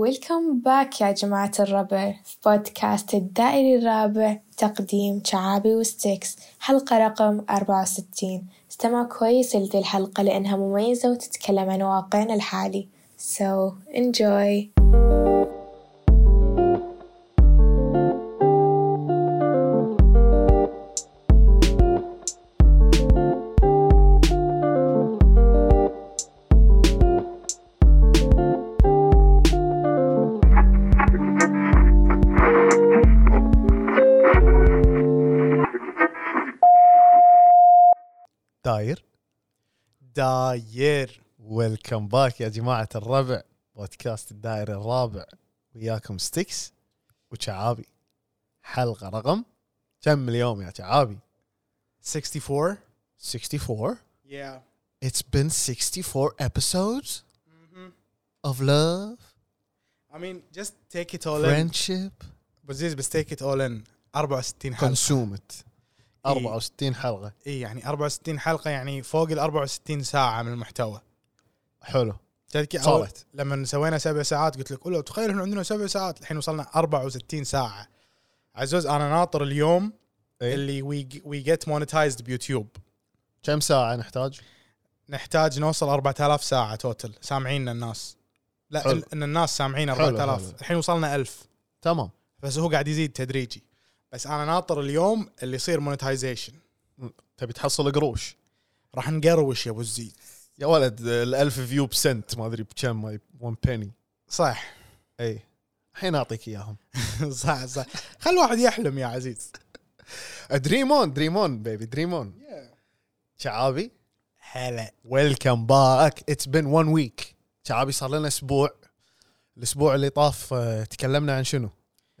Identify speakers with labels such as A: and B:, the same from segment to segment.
A: ويلكم باك يا جماعة الربع في بودكاست الدائري الرابع تقديم شعابي وستيكس حلقة رقم 64 استمع كويس لذي الحلقة لأنها مميزة وتتكلم عن واقعنا الحالي so enjoy
B: داير
C: داير
B: ويلكم باك يا جماعة الربع بودكاست الدائري الرابع وياكم ستيكس وشعابي حلقة رقم كم اليوم يا شعابي
C: 64
B: 64
C: yeah
B: It's been 64 episodes of love
C: I mean just take it all in
B: friendship
C: بزيز بس take it all in 64 حلقه
B: consumed 64 حلقة
C: اي يعني 64 حلقه يعني فوق ال 64 ساعه من المحتوى
B: حلو
C: تذكر أول-
B: صارت
C: لما سوينا سبع ساعات قلت لك لو تخيل احنا عندنا سبع ساعات الحين وصلنا 64 ساعه عزوز انا ناطر اليوم
B: إي.
C: اللي وي وي جيت مونتايزد بيوتيوب
B: كم ساعة نحتاج؟
C: نحتاج نوصل 4000 ساعه توتل سامعيننا الناس لا
B: حلو.
C: إن- ان الناس سامعين
B: حلو،
C: 4000
B: حلو.
C: الحين وصلنا 1000
B: تمام
C: بس هو قاعد يزيد تدريجي بس انا ناطر اليوم اللي يصير مونتايزيشن
B: تبي تحصل قروش
C: راح نقروش يا ابو الزيد
B: يا ولد الألف فيو بسنت ما أدري بكم ما ي- 1 بيني
C: صح
B: اي إيه، الحين اعطيك اياهم
C: صح صح خل الواحد يحلم يا عزيز
B: أه، دريمون دريمون بيبي دريمون شعابي
C: هلا
B: ويلكم باك اتس بين وان ويك شعابي صار لنا اسبوع الاسبوع اللي طاف آه، تكلمنا عن شنو؟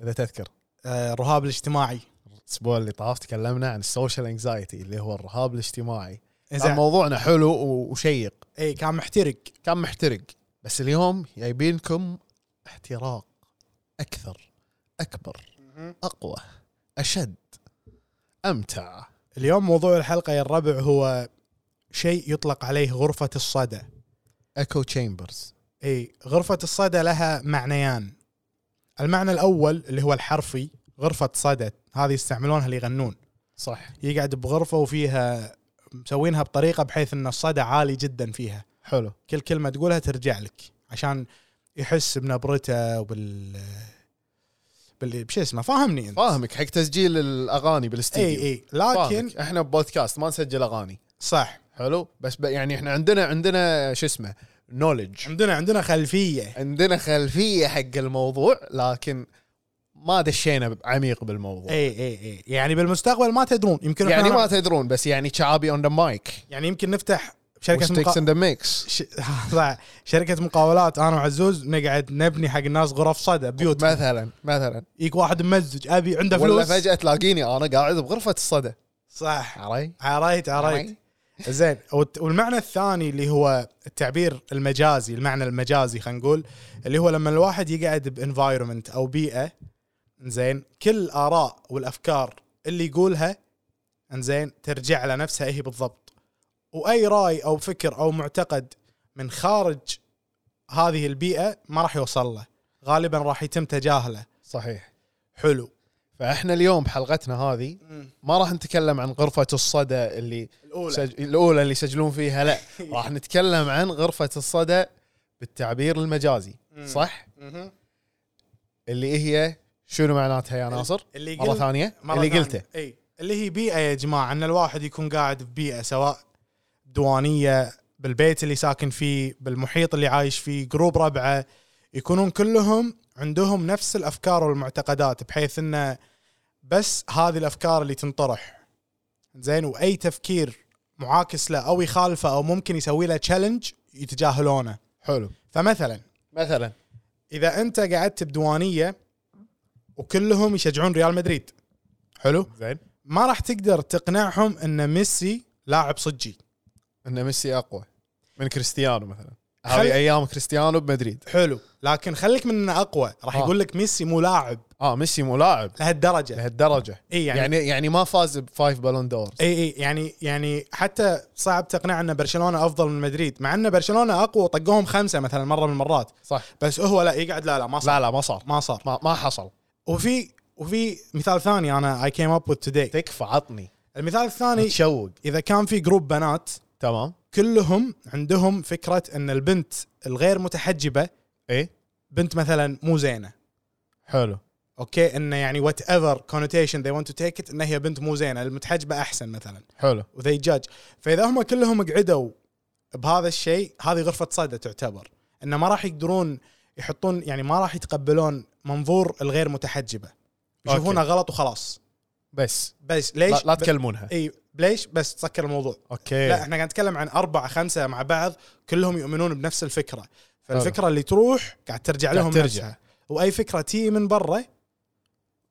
B: اذا تذكر
C: آه، الرهاب الاجتماعي
B: الاسبوع اللي طاف تكلمنا عن السوشيال انكزايتي اللي هو الرهاب الاجتماعي كان
C: زين
B: موضوعنا حلو و- وشيق
C: اي كان محترق
B: كان محترق بس اليوم جايبينكم احتراق اكثر اكبر اقوى اشد امتع
C: اليوم موضوع الحلقه يا الربع هو شيء يطلق عليه غرفه الصدى
B: ايكو تشامبرز
C: اي غرفه الصدى لها معنيان المعنى الاول اللي هو الحرفي غرفه صدى هذه يستعملونها اللي يغنون
B: صح
C: يقعد بغرفه وفيها مسوينها بطريقه بحيث ان الصدى عالي جدا فيها
B: حلو
C: كل كلمه تقولها ترجع لك عشان يحس بنبرته وبال بال بشو اسمه فاهمني انت
B: فاهمك حق تسجيل الاغاني بالاستديو
C: اي اي لكن
B: فاهمك. احنا بودكاست ما نسجل اغاني
C: صح
B: حلو بس ب... يعني احنا عندنا عندنا شو اسمه نولج
C: عندنا عندنا خلفيه
B: عندنا خلفيه حق الموضوع لكن ما دشينا عميق بالموضوع
C: اي اي اي يعني بالمستقبل ما تدرون يمكن
B: يعني
C: إحنا-
B: ما تدرون بس يعني شعابي اون ذا مايك
C: يعني يمكن نفتح شركه
B: وستيكس
C: مقا...
B: ان ذا ميكس
C: ش... صح. شركه مقاولات انا وعزوز نقعد نبني حق الناس غرف صدى بيوت
B: مثلا مثلا
C: يجيك واحد ممزج ابي عنده
B: ولا
C: فلوس
B: فجاه تلاقيني انا قاعد بغرفه الصدى
C: صح
B: علي
C: عريت
B: يعني
C: عريت زين والت- والمعنى الثاني اللي هو التعبير المجازي المعنى المجازي خلينا نقول اللي هو لما الواحد يقعد بانفايرمنت او بيئه زين كل الاراء والافكار اللي يقولها زين ترجع على نفسها هي بالضبط واي راي او فكر او معتقد من خارج هذه البيئه ما راح يوصل له غالبا راح يتم تجاهله
B: صحيح
C: حلو
B: فاحنا اليوم بحلقتنا هذه ما راح نتكلم عن غرفه الصدى اللي
C: الاولى
B: سج... الاولى اللي يسجلون فيها لا راح نتكلم عن غرفه الصدى بالتعبير المجازي صح
C: مهم.
B: اللي هي شنو معناتها يا ناصر
C: اللي
B: مره
C: قلت-
B: ثانيه
C: مرة
B: اللي
C: ثانية.
B: قلته
C: اي اللي هي بيئه يا جماعه ان الواحد يكون قاعد في بيئه سواء دوانيه بالبيت اللي ساكن فيه بالمحيط اللي عايش فيه جروب ربعه يكونون كلهم عندهم نفس الافكار والمعتقدات بحيث انه بس هذه الافكار اللي تنطرح زين واي تفكير معاكس له او يخالفه او ممكن يسوي له تشالنج يتجاهلونه
B: حلو
C: فمثلا
B: مثلا
C: اذا انت قعدت بديوانيه وكلهم يشجعون ريال مدريد حلو
B: زين
C: ما راح تقدر تقنعهم ان ميسي لاعب صجي
B: ان ميسي اقوى من كريستيانو مثلا
C: خل-
B: هذه ايام كريستيانو بمدريد
C: حلو لكن خليك من انه اقوى راح
B: آه.
C: يقول لك ميسي مو لاعب
B: اه ميسي ملاعب
C: لهالدرجه
B: لهالدرجه
C: اي يعني, يعني
B: يعني يعني ما فاز بفايف بالون دور
C: اي اي يعني يعني حتى صعب تقنع ان برشلونه افضل من مدريد مع ان برشلونه اقوى وطقوهم خمسه مثلا مره من المرات
B: صح
C: بس هو لا يقعد لا لا ما صار
B: لا لا ما صار
C: ما صار
B: ما, ما حصل
C: وفي وفي مثال ثاني انا اي كيم اب وذ توداي
B: تكفى عطني
C: المثال الثاني
B: متشوق
C: اذا كان في جروب بنات
B: تمام
C: كلهم عندهم فكره ان البنت الغير متحجبه
B: اي
C: بنت مثلا مو زينه
B: إيه؟ حلو
C: اوكي انه يعني وات ايفر كونوتيشن ذي ونت تو تيك ات ان هي بنت مو زينه المتحجبه احسن مثلا
B: حلو
C: وذي جاج فاذا هم كلهم قعدوا بهذا الشيء هذه غرفه صدى تعتبر انه ما راح يقدرون يحطون يعني ما راح يتقبلون منظور الغير متحجبه يشوفونه غلط وخلاص
B: بس
C: بس
B: لا,
C: ليش
B: لا إيه.
C: ب-
B: تكلمونها
C: اي ليش بس تسكر الموضوع
B: اوكي
C: إيه. لا احنا قاعد نتكلم عن اربعه خمسه مع بعض كلهم يؤمنون بنفس الفكره فالفكره اللي تروح قاعد ترجع
B: قاعد
C: لهم
B: ترجع.
C: نفسها واي فكره تي من برا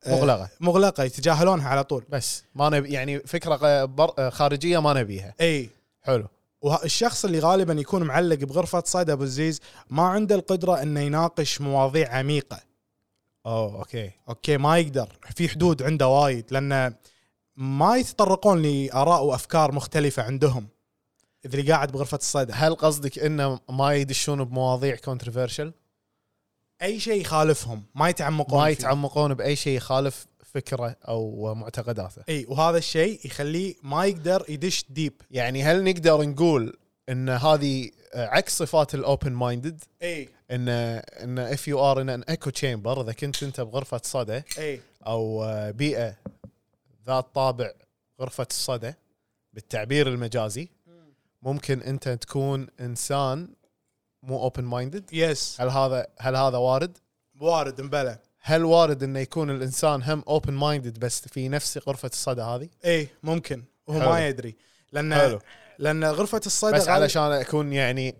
C: آه،
B: مغلقه
C: مغلقه يتجاهلونها على طول
B: بس ما نبي يعني فكره غ- بر... خارجيه ما نبيها
C: اي
B: حلو
C: والشخص اللي غالبا يكون معلق بغرفه صيد ابو الزيز ما عنده القدره انه يناقش مواضيع عميقه
B: اوه اوكي
C: اوكي ما يقدر في حدود عنده وايد لانه ما يتطرقون لاراء وافكار مختلفه عندهم اذا اللي قاعد بغرفه الصيد
B: هل قصدك انه ما يدشون بمواضيع كونتروفيرشل
C: اي شيء يخالفهم ما يتعمقون
B: ما
C: فيه.
B: يتعمقون باي شيء يخالف فكره او معتقداته
C: اي وهذا الشيء يخليه ما يقدر يدش ديب
B: يعني هل نقدر نقول ان هذه آه، عكس صفات الاوبن مايندد
C: اي
B: ان ان اف يو ار ان ان ايكو تشامبر اذا كنت انت بغرفه صدى
C: اي
B: او آه، بيئه ذات طابع غرفه الصدى بالتعبير المجازي ممكن انت تكون انسان مو اوبن مايندد
C: يس
B: هل هذا هل هذا وارد
C: وارد مبلى
B: هل وارد انه يكون الانسان هم اوبن مايندد بس في نفس غرفه الصدى هذه
C: اي ممكن وهو
B: حلو.
C: ما يدري لان
B: حلو.
C: لان غرفه الصيد
B: بس
C: غالب-
B: علشان اكون يعني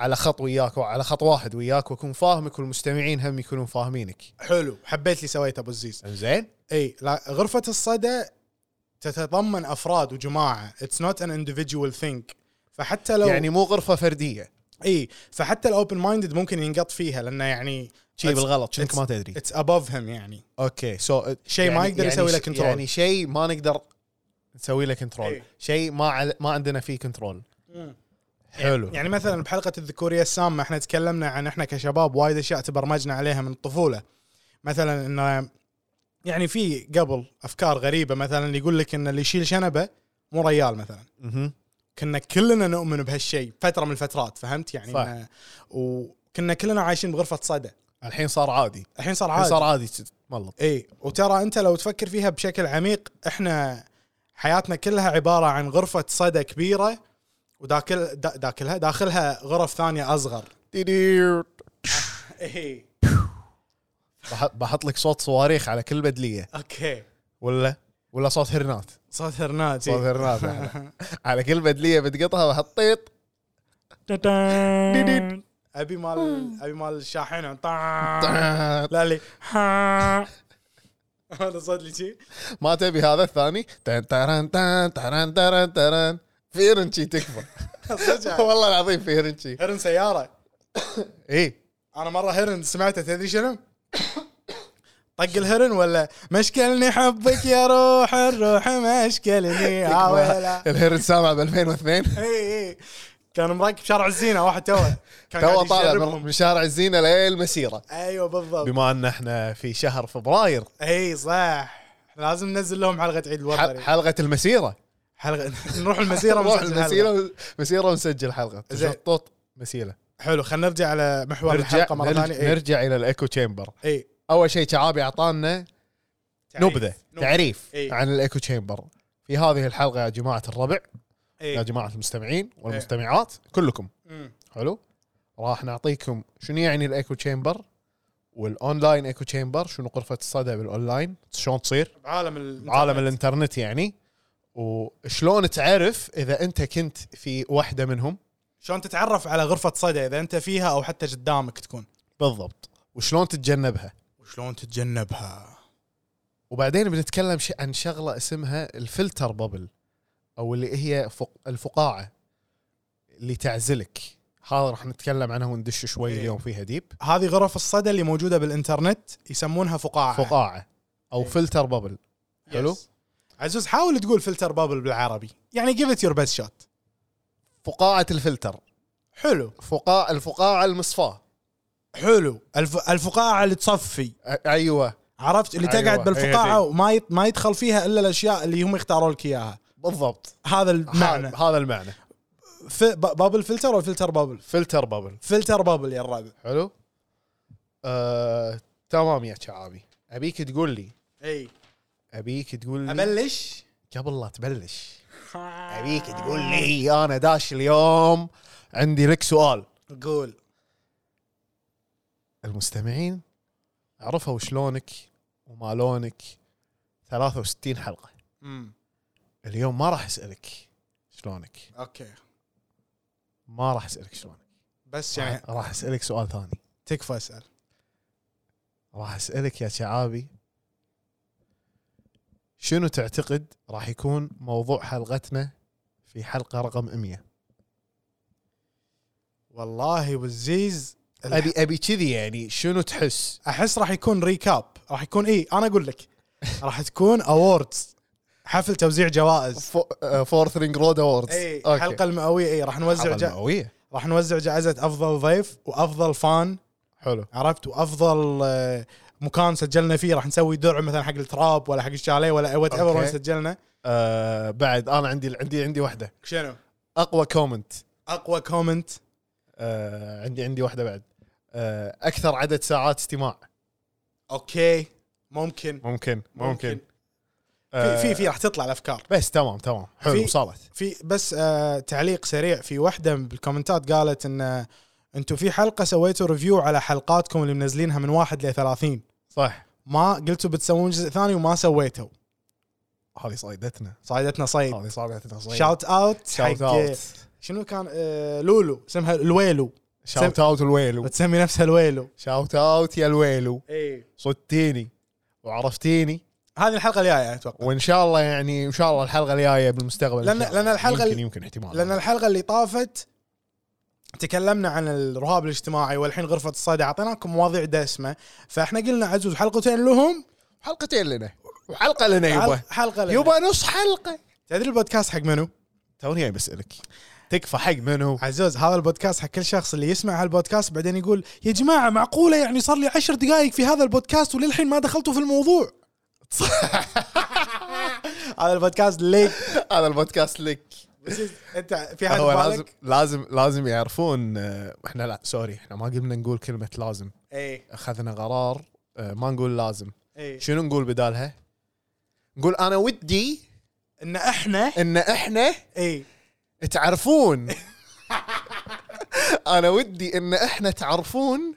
B: على خط وياك وعلى خط واحد وياك واكون فاهمك والمستمعين هم يكونون فاهمينك
C: حلو حبيت اللي سويته ابو الزيز
B: زين
C: اي لا غرفه الصدى تتضمن افراد وجماعه اتس نوت ان اندفجوال ثينك فحتى لو
B: يعني مو غرفه فرديه
C: اي فحتى الاوبن مايندد ممكن ينقط فيها لانه يعني
B: شي بالغلط شنك
C: it's-
B: ما تدري
C: اتس ابوف هم يعني
B: اوكي سو
C: شيء ما يقدر يسوي له control.
B: يعني شيء ما نقدر نسوي له كنترول
C: إيه.
B: شيء ما عل... ما عندنا فيه كنترول
C: مم.
B: حلو
C: يعني مثلا بحلقه الذكوريه السامه احنا تكلمنا عن احنا كشباب وايد اشياء تبرمجنا عليها من الطفوله مثلا انه يعني في قبل افكار غريبه مثلا اللي يقول لك ان اللي يشيل شنبه مو ريال مثلا
B: مهم.
C: كنا كلنا نؤمن بهالشيء فتره من الفترات فهمت يعني
B: صح.
C: إنه- وكنا كلنا عايشين بغرفه صدى
B: الحين صار عادي
C: الحين صار
B: الحين
C: عادي
B: صار عادي تملط
C: اي وترى انت لو تفكر فيها بشكل عميق احنا حياتنا كلها عباره عن غرفه صدى كبيره وداخل دا- داخلها داخلها غرف ثانيه اصغر
B: ديدير.
C: اي
B: بح- بحط لك صوت صواريخ على كل بدليه
C: اوكي
B: ولا ولا صوت هرنات
C: صوت هرنات
B: صوت هرنات على- على كل بدليه بتقطها بحط طيط
C: هرنات ابي مال ابي مال الشاحنه طا- لا لي هذا صوت لي شي
B: ما تبي هذا الثاني تن ترن تن ترن ترن ترن فيرنشي تكفى
C: صدق.
B: والله العظيم إيه. فيرنشي
C: هرن سياره
B: اي
C: انا مره هرن سمعته تدري شنو؟ طق الهرن ولا مشكلني حبك يا روح الروح مشكلني عاولا
B: الهرن سامع ب 2002
C: اي اي إيه. كان مراكب شارع الزينه واحد توه كان
B: تو
C: قاعد
B: طالع من-
C: يجربهم.
B: من شارع الزينه للمسيره
C: ايوه بالضبط
B: بما ان احنا في شهر فبراير
C: اي صح لازم ننزل لهم حلقه عيد
B: ح-
C: الوطني
B: حلقه المسيره
C: حلقه نروح المسيره
B: نروح
C: ونسجل حلقة.
B: المسيره مسيره ونسجل حلقه
C: زين.
B: تشطط مسيره
C: حلو خلينا نرجع على محور
B: نرجع
C: الحلقه مره
B: نرجع,
C: ثانيه
B: نرجع الى الايكو تشامبر
C: اي
B: اول شيء شعابي اعطانا
C: تعريف.
B: نبذه
C: نبذه
B: تعريف
C: إيه.
B: عن الايكو تشامبر في هذه الحلقه يا جماعه الربع يا
C: إي.
B: جماعه المستمعين
C: إيه.
B: والمستمعات كلكم
C: أمم.
B: حلو راح نعطيكم شنو يعني الايكو تشامبر والاونلاين ايكو تشامبر شنو غرفه الصدى بالاونلاين شلون تصير
C: عالم ال
B: عالم الانترنت يعني وشلون تعرف اذا انت كنت في واحده منهم
C: شلون تتعرف على غرفه صدى اذا انت فيها او حتى قدامك تكون
B: بالضبط وشلون تتجنبها
C: وشلون تتجنبها
B: وبعدين بنتكلم ش- عن شغله اسمها الفلتر بابل او اللي هي فق... الفقاعه اللي تعزلك هذا راح نتكلم عنها وندش شوي
C: إيه.
B: اليوم فيها ديب
C: هذه غرف الصدى اللي موجوده بالانترنت يسمونها فقاعه
B: فقاعه او فلتر بابل
C: Yes.
B: حلو.
C: عزوز حاول تقول فلتر بابل بالعربي يعني جيف ات يور بيست شوت
B: فقاعه الفلتر
C: حلو
B: فقاعه الفقاعه المصفاه
C: حلو الف... الفقاعه اللي تصفي
B: أ- ايوه
C: عرفت اللي
B: أيوة،
C: تقعد بالفقاعه
B: أيوة.
C: وما يت... ما يدخل فيها الا الاشياء اللي هم يختاروا لك اياها
B: بالضبط
C: هذا المعنى
B: هذا- هذا المعنى
C: ف... ب... بابل فلتر ولا فلتر بابل
B: فلتر بابل
C: فلتر بابل يا الربع
B: حلو آه، تمام يا شعابي ابيك تقول لي
C: اي
B: ابيك تقول لي
C: ابلش
B: قبل لا تبلش ابيك تقول لي انا داش اليوم عندي لك سؤال
C: قول
B: المستمعين عرفوا شلونك وما لونك 63 حلقه
C: امم
B: اليوم ما راح اسالك شلونك
C: اوكي
B: ما راح اسالك شلونك
C: بس يعني
B: راح اسالك سؤال ثاني
C: تكفى اسال
B: راح اسالك يا شعابي شنو تعتقد راح يكون موضوع حلقتنا في حلقه رقم 100
C: والله والزيز
B: ابي ابي كذي يعني شنو تحس
C: احس راح يكون ريكاب راح يكون اي انا اقول لك راح تكون اووردز حفل توزيع جوائز
B: فورث رينج رود اووردز
C: اي الحلقه المئويه اي راح نوزع
B: حلقه
C: ج...
B: قويه
C: راح نوزع جائزه افضل ضيف وافضل فان
B: حلو
C: عرفت وافضل آه، مكان سجلنا فيه راح نسوي درع مثلا حق التراب ولا حق الشاليه ولا وات ايفر
B: أوكي.
C: وين سجلنا
B: آه بعد انا عندي عندي عندي واحده
C: شنو؟
B: اقوى كومنت
C: اقوى كومنت
B: آه عندي عندي واحده بعد آه اكثر عدد ساعات استماع
C: اوكي ممكن
B: ممكن ممكن
C: في
B: آه
C: في في راح تطلع الافكار
B: بس تمام تمام حلو
C: في-
B: وصلت
C: في بس آه تعليق سريع في واحده بالكومنتات قالت ان آه، انتم في حلقه سويتوا ريفيو على حلقاتكم اللي منزلينها من واحد ل 30
B: صح
C: ما قلتوا بتسوون جزء ثاني وما سويتوا
B: هذه صيدتنا
C: صعدتنا صيد
B: هذه صيدتنا صيد
C: شاوت اوت
B: شاوت اوت
C: شنو كان آه لولو اسمها الويلو
B: شاوت اوت الويلو
C: وتسمي نفسها الويلو
B: شاوت اوت يا الويلو
C: اي
B: صدتيني وعرفتيني
C: هذه الحلقه الجايه اتوقع
B: وان شاء الله يعني ان شاء الله الحلقه الجايه بالمستقبل إن
C: لأن-
B: شاء
C: لأن
B: الله.
C: الحلقة
B: يمكن
C: ال-
B: يمكن احتمال
C: لان الحلقه اللي طافت تكلمنا عن الرهاب الاجتماعي والحين غرفه الصيد اعطيناكم مواضيع دسمه فاحنا قلنا عزوز حلقتين لهم
B: حلقتين لنا وحلقه لنا يبا
C: حلقه لنا.
B: يبا نص حلقه
C: تدري البودكاست حق منو؟
B: توني جاي بسالك تكفى حق منو؟
C: عزوز هذا البودكاست حق كل شخص اللي يسمع هالبودكاست بعدين يقول يا جماعه معقوله يعني صار لي عشر دقائق في هذا البودكاست وللحين ما دخلتوا في الموضوع هذا البودكاست ليك
B: هذا البودكاست لك
C: بس انت في حد
B: هو لازم
C: بالك؟
B: لازم لازم يعرفون آه، احنا لا سوري احنا ما قمنا نقول كلمه لازم
C: اي
B: اخذنا قرار آه، ما نقول لازم
C: اي
B: شنو نقول بدالها؟ نقول انا ودي
C: ان احنا
B: ان احنا
C: اي
B: تعرفون انا ودي ان احنا تعرفون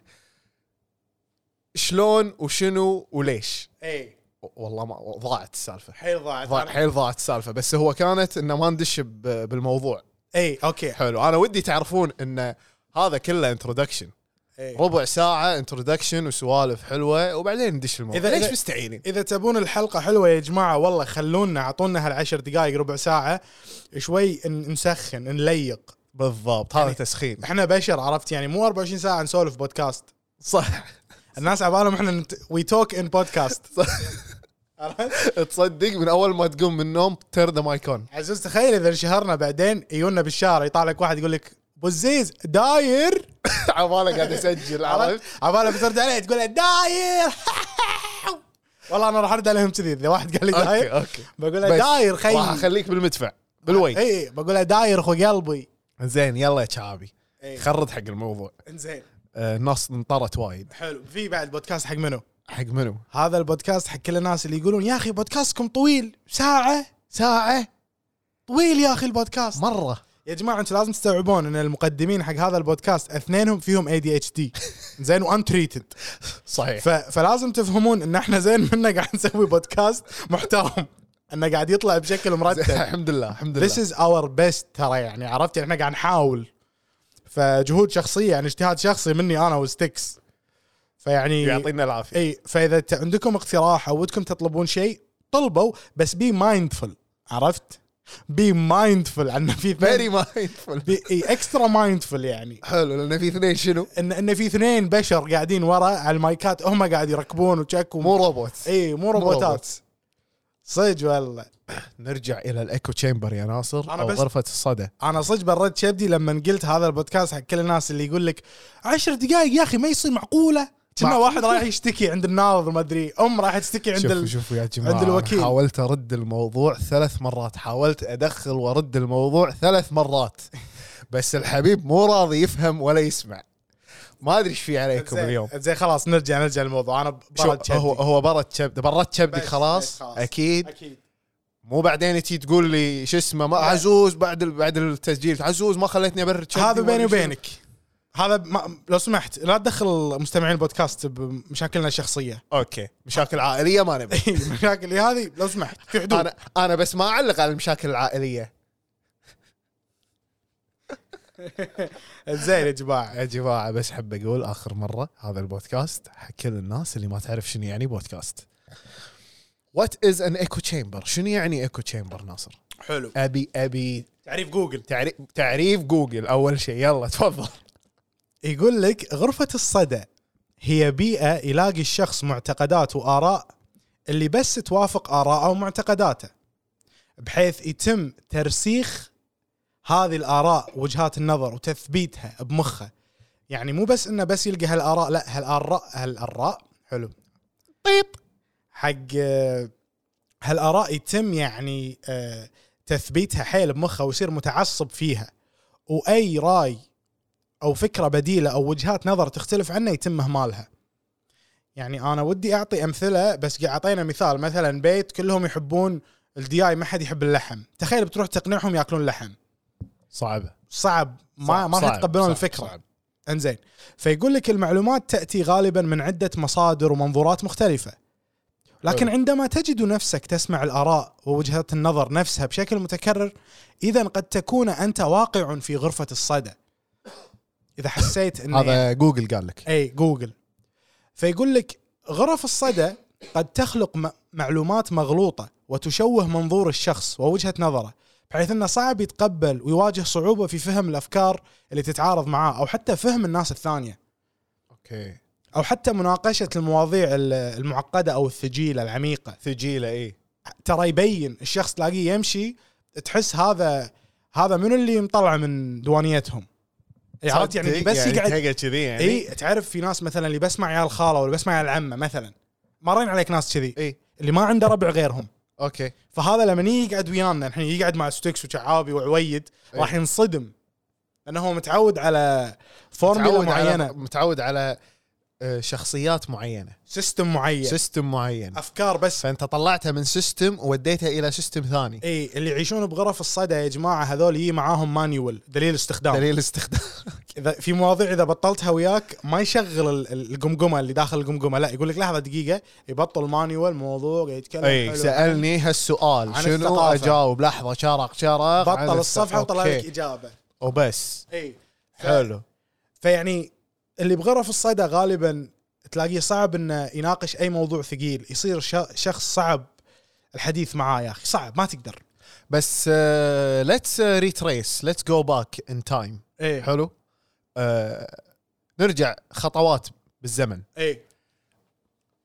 B: شلون وشنو وليش
C: اي
B: والله ما ضاعت السالفه
C: إيه. حيل ضاعت
B: ضاع حيل ضاعت السالفه بس هو كانت انه ما ندش ب- بالموضوع
C: اي اوكي
B: حلو انا ودي تعرفون ان هذا كله انترودكشن
C: إي.
B: ربع ساعه انترودكشن وسوالف حلوه وبعدين ندش الموضوع
C: إذا-
B: ليش
C: إذا-
B: مستعينين
C: اذا تبون الحلقه حلوه يا جماعه والله خلونا اعطونا هالعشر دقائق ربع ساعه شوي ن- نسخن نليق
B: بالضبط هذا تسخين
C: احنا بشر عرفت يعني مو 24 ساعه نسولف بودكاست
B: صح
C: الناس عبالهم احنا وي توك ان بودكاست
B: تصدق من اول ما تقوم من النوم تير ذا مايكون
C: عزوز تخيل اذا انشهرنا بعدين يجونا بالشارع يطلع لك واحد يقول لك بوزيز داير
B: عبالك قاعد اسجل عرفت
C: عباله بترد عليه تقول له داير والله انا راح ارد عليهم كذي اذا واحد قال لي
B: اوكي
C: داير
B: اوكي
C: بقول له
B: بس
C: داير خيي
B: راح اخليك بالمدفع بالوي
C: اي إيه، بقول له داير اخو قلبي
B: إيه. زين يلا يا شعابي
C: إي.
B: خرد حق الموضوع
C: انزين
B: آه، الناس انطرت وايد
C: حلو في بعد بودكاست حق منو؟
B: حق منو؟
C: هذا البودكاست حق كل الناس اللي يقولون يا اخي بودكاستكم طويل ساعه
B: ساعه
C: طويل يا اخي البودكاست
B: مره
C: يا جماعه انتم لازم تستوعبون ان المقدمين حق هذا البودكاست اثنينهم فيهم اي دي اتش دي زين وان تريتد
B: صحيح
C: فلازم تفهمون ان احنا زين منا قاعد نسوي بودكاست محترم انه قاعد يطلع بشكل مرتب
B: الحمد لله الحمد
C: This
B: لله
C: is our best ترى يعني عرفت يعني احنا قاعد نحاول فجهود شخصيه يعني اجتهاد شخصي مني انا وستكس فيعني
B: يعطينا العافيه
C: اي فاذا ت- عندكم اقتراح او ودكم تطلبون شيء طلبوا بس بي مايندفul عرفت؟ بي مايندفول عن ما في
B: فيري
C: اثنين
B: مايندفول
C: بي اكسترا مايندفول يعني
B: حلو لان في اثنين شنو؟
C: ان ان في اثنين بشر قاعدين ورا على المايكات هم قاعد يركبون وتشك
B: مو روبوت
C: اي مو روبوتات صدق والله
B: نرجع الى الايكو تشامبر يا ناصر
C: أنا
B: او
C: بس-
B: غرفه الصدى
C: انا صدق بردت كبدي لما قلت هذا البودكاست حق كل الناس اللي يقول لك عشر دقائق يا اخي ما يصير معقوله كنا
B: معقولة.
C: واحد رايح يشتكي عند الناظر وما ادري ام راح تشتكي عند
B: شوفوا
C: ال...
B: شوفوا يا جماعه
C: عند
B: أنا
C: الوكيل.
B: حاولت ارد الموضوع ثلاث مرات حاولت ادخل وارد الموضوع ثلاث مرات بس الحبيب مو راضي يفهم ولا يسمع ما ادري ايش في عليكم
C: زين-
B: اليوم
C: زين خلاص نرجع نرجع للموضوع انا
B: شو
C: بردت
B: هو
C: كبدي.
B: هو برد كبد برد كبدك
C: بس- بس
B: خلاص
C: إيه، خلاص.
B: اكيد
C: اكيد
B: مو بعدين تجي تقول لي شو اسمه ما
C: لا.
B: عزوز بعد ال- بعد التسجيل عزوز ما خليتني ابرد كبدي
C: هذا بيني
B: ولا شيء.
C: وبينك هذا ما لو سمحت لا تدخل مستمعين البودكاست بمشاكلنا الشخصيه
B: اوكي مشاكل عائليه ما نبي
C: المشاكل هذه لو سمحت في حدود
B: انا انا بس ما اعلق على المشاكل العائليه
C: زين يا جماعه
B: يا جماعه بس حب اقول اخر مره هذا البودكاست حق كل الناس اللي ما تعرف شنو يعني بودكاست وات از ان ايكو تشامبر شنو يعني ايكو تشامبر ناصر
C: حلو
B: ابي ابي
C: تعريف جوجل
B: تعريف تعريف جوجل اول شيء يلا تفضل
C: يقول لك غرفة الصدى هي بيئة يلاقي الشخص معتقدات وآراء اللي بس توافق آراءه ومعتقداته بحيث يتم ترسيخ هذه الآراء وجهات النظر وتثبيتها بمخه يعني مو بس انه بس يلقى هالآراء لا هالآراء هالآراء حلو طيب حق آه، هالآراء يتم يعني آه، تثبيتها حيل بمخه ويصير متعصب فيها وأي راي او فكره بديله او وجهات نظر تختلف عنه يتم اهمالها. يعني انا ودي اعطي امثله بس قاعد اعطينا مثال مثلا بيت كلهم يحبون الدياي ما حد يحب اللحم، تخيل بتروح تقنعهم ياكلون لحم،
B: صعبه
C: صعب ما ما راح
B: صعب،
C: يتقبلون
B: صعب،
C: الفكره.
B: صعب.
C: انزين فيقول لك المعلومات تاتي غالبا من عده مصادر ومنظورات مختلفه لكن
B: حلو.
C: عندما تجد نفسك تسمع الاراء ووجهات النظر نفسها بشكل متكرر اذا قد تكون انت واقع في غرفه الصدى اذا حسيت ان
B: هذا جوجل قال لك
C: اي جوجل فيقول لك غرف الصدى قد تخلق م- معلومات مغلوطه وتشوه منظور الشخص ووجهه نظره بحيث انه صعب يتقبل ويواجه صعوبه في فهم الافكار اللي تتعارض معاه او حتى فهم الناس الثانيه إيه،
B: اوكي
C: او حتى مناقشه المواضيع ال- المعقده او الثجيله العميقه
B: ثجيله اي
C: ترى يبين الشخص تلاقيه يمشي تحس هذا هذا من اللي مطلع من دوانيتهم عرفت يعني بس يقعد إيه.
B: كذي يعني
C: اي تعرف في ناس مثلا اللي بسمع عيال الخاله ولا بسمع عيال العمه مثلا مرين عليك ناس كذي
B: اي
C: اللي ما عنده ربع غيرهم
B: اوكي
C: فهذا لما يجي يقعد ويانا الحين يقعد مع ستيكس وشعابي وعويد
B: إي.
C: راح ينصدم لانه هو متعود على فورمولا
B: متعود
C: معينه
B: على متعود على آه، شخصيات معينه
C: سيستم معين
B: سيستم معين
C: افكار بس
B: فانت طلعتها من سيستم ووديتها الى سيستم ثاني
C: اي إيه، اللي يعيشون بغرف الصدى يا جماعه هذول يجي معاهم مانيول دليل استخدام
B: دليل استخدام
C: اذا في مواضيع اذا بطلتها وياك ما يشغل ال- ال- القمقمه اللي داخل القمقمه لا يقول لك لحظه دقيقه يبطل مانيول موضوع يتكلم
B: اي
C: حلو.
B: سالني هالسؤال
C: عن
B: شنو
C: الثقافة.
B: اجاوب لحظه شرق شرق عن
C: بطل
B: الث-
C: الصفحه وطلع لك
B: أوكي.
C: اجابه
B: وبس
C: اي ف-
B: حلو
C: فيعني اللي بغرف الصدى غالبا تلاقيه صعب انه يناقش اي موضوع ثقيل يصير شا- شخص صعب الحديث معاه يا اخي صعب ما تقدر
B: بس آه، ليتس ريتريس ليتس جو باك ان تايم
C: اي
B: حلو آه، نرجع خطوات بالزمن
C: اي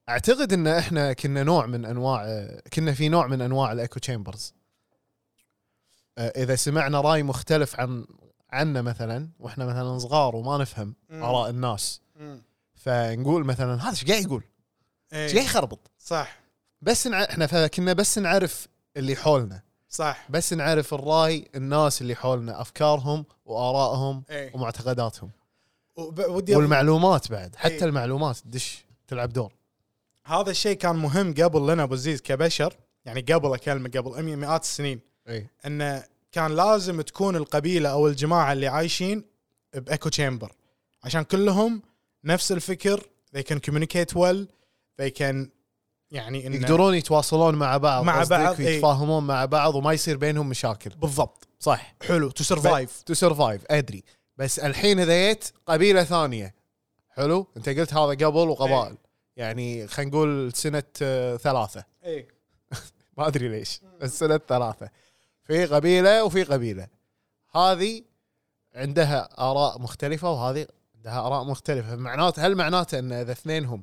B: اعتقد ان احنا كنا نوع من انواع كنا في نوع من انواع الايكو تشامبرز اذا آه، سمعنا راي مختلف عن عنا مثلا واحنا مثلا صغار وما نفهم
C: مم.
B: اراء الناس فنقول مثلا هذا ايش قاعد يقول؟ ايش قاعد
C: اي
B: يخربط؟
C: صح
B: بس نع... احنا فكنا بس نعرف اللي حولنا
C: صح
B: بس نعرف الراي الناس اللي حولنا افكارهم وارائهم
C: اي
B: ومعتقداتهم
C: وب- ودي أضيف-
B: والمعلومات بعد حتى
C: إيه.
B: المعلومات تدش تلعب دور
C: هذا الشيء كان مهم قبل لنا ابو عزيز كبشر يعني قبل اكلمه قبل أمي- مئات السنين
B: اي
C: انه كان لازم تكون القبيله او الجماعه اللي عايشين بايكو تشامبر عشان كلهم نفس الفكر they can communicate well they can يعني إنه
B: يقدرون يتواصلون مع بعض
C: مع
B: قصدك،
C: بعض، إيه.
B: ويتفاهمون مع بعض وما يصير بينهم مشاكل
C: بالضبط
B: صح
C: حلو تو سرفايف
B: تو سرفايف ادري بس الحين اذا جيت قبيله ثانيه حلو انت قلت هذا قبل
C: إيه.
B: وقبائل يعني خلينا نقول سنه آه، ثلاثه
C: اي
B: ما ادري ليش بس سنه ثلاثه في قبيله وفي قبيله هذه عندها اراء مختلفه وهذه عندها اراء مختلفه معناته هل معناته ان اذا اثنينهم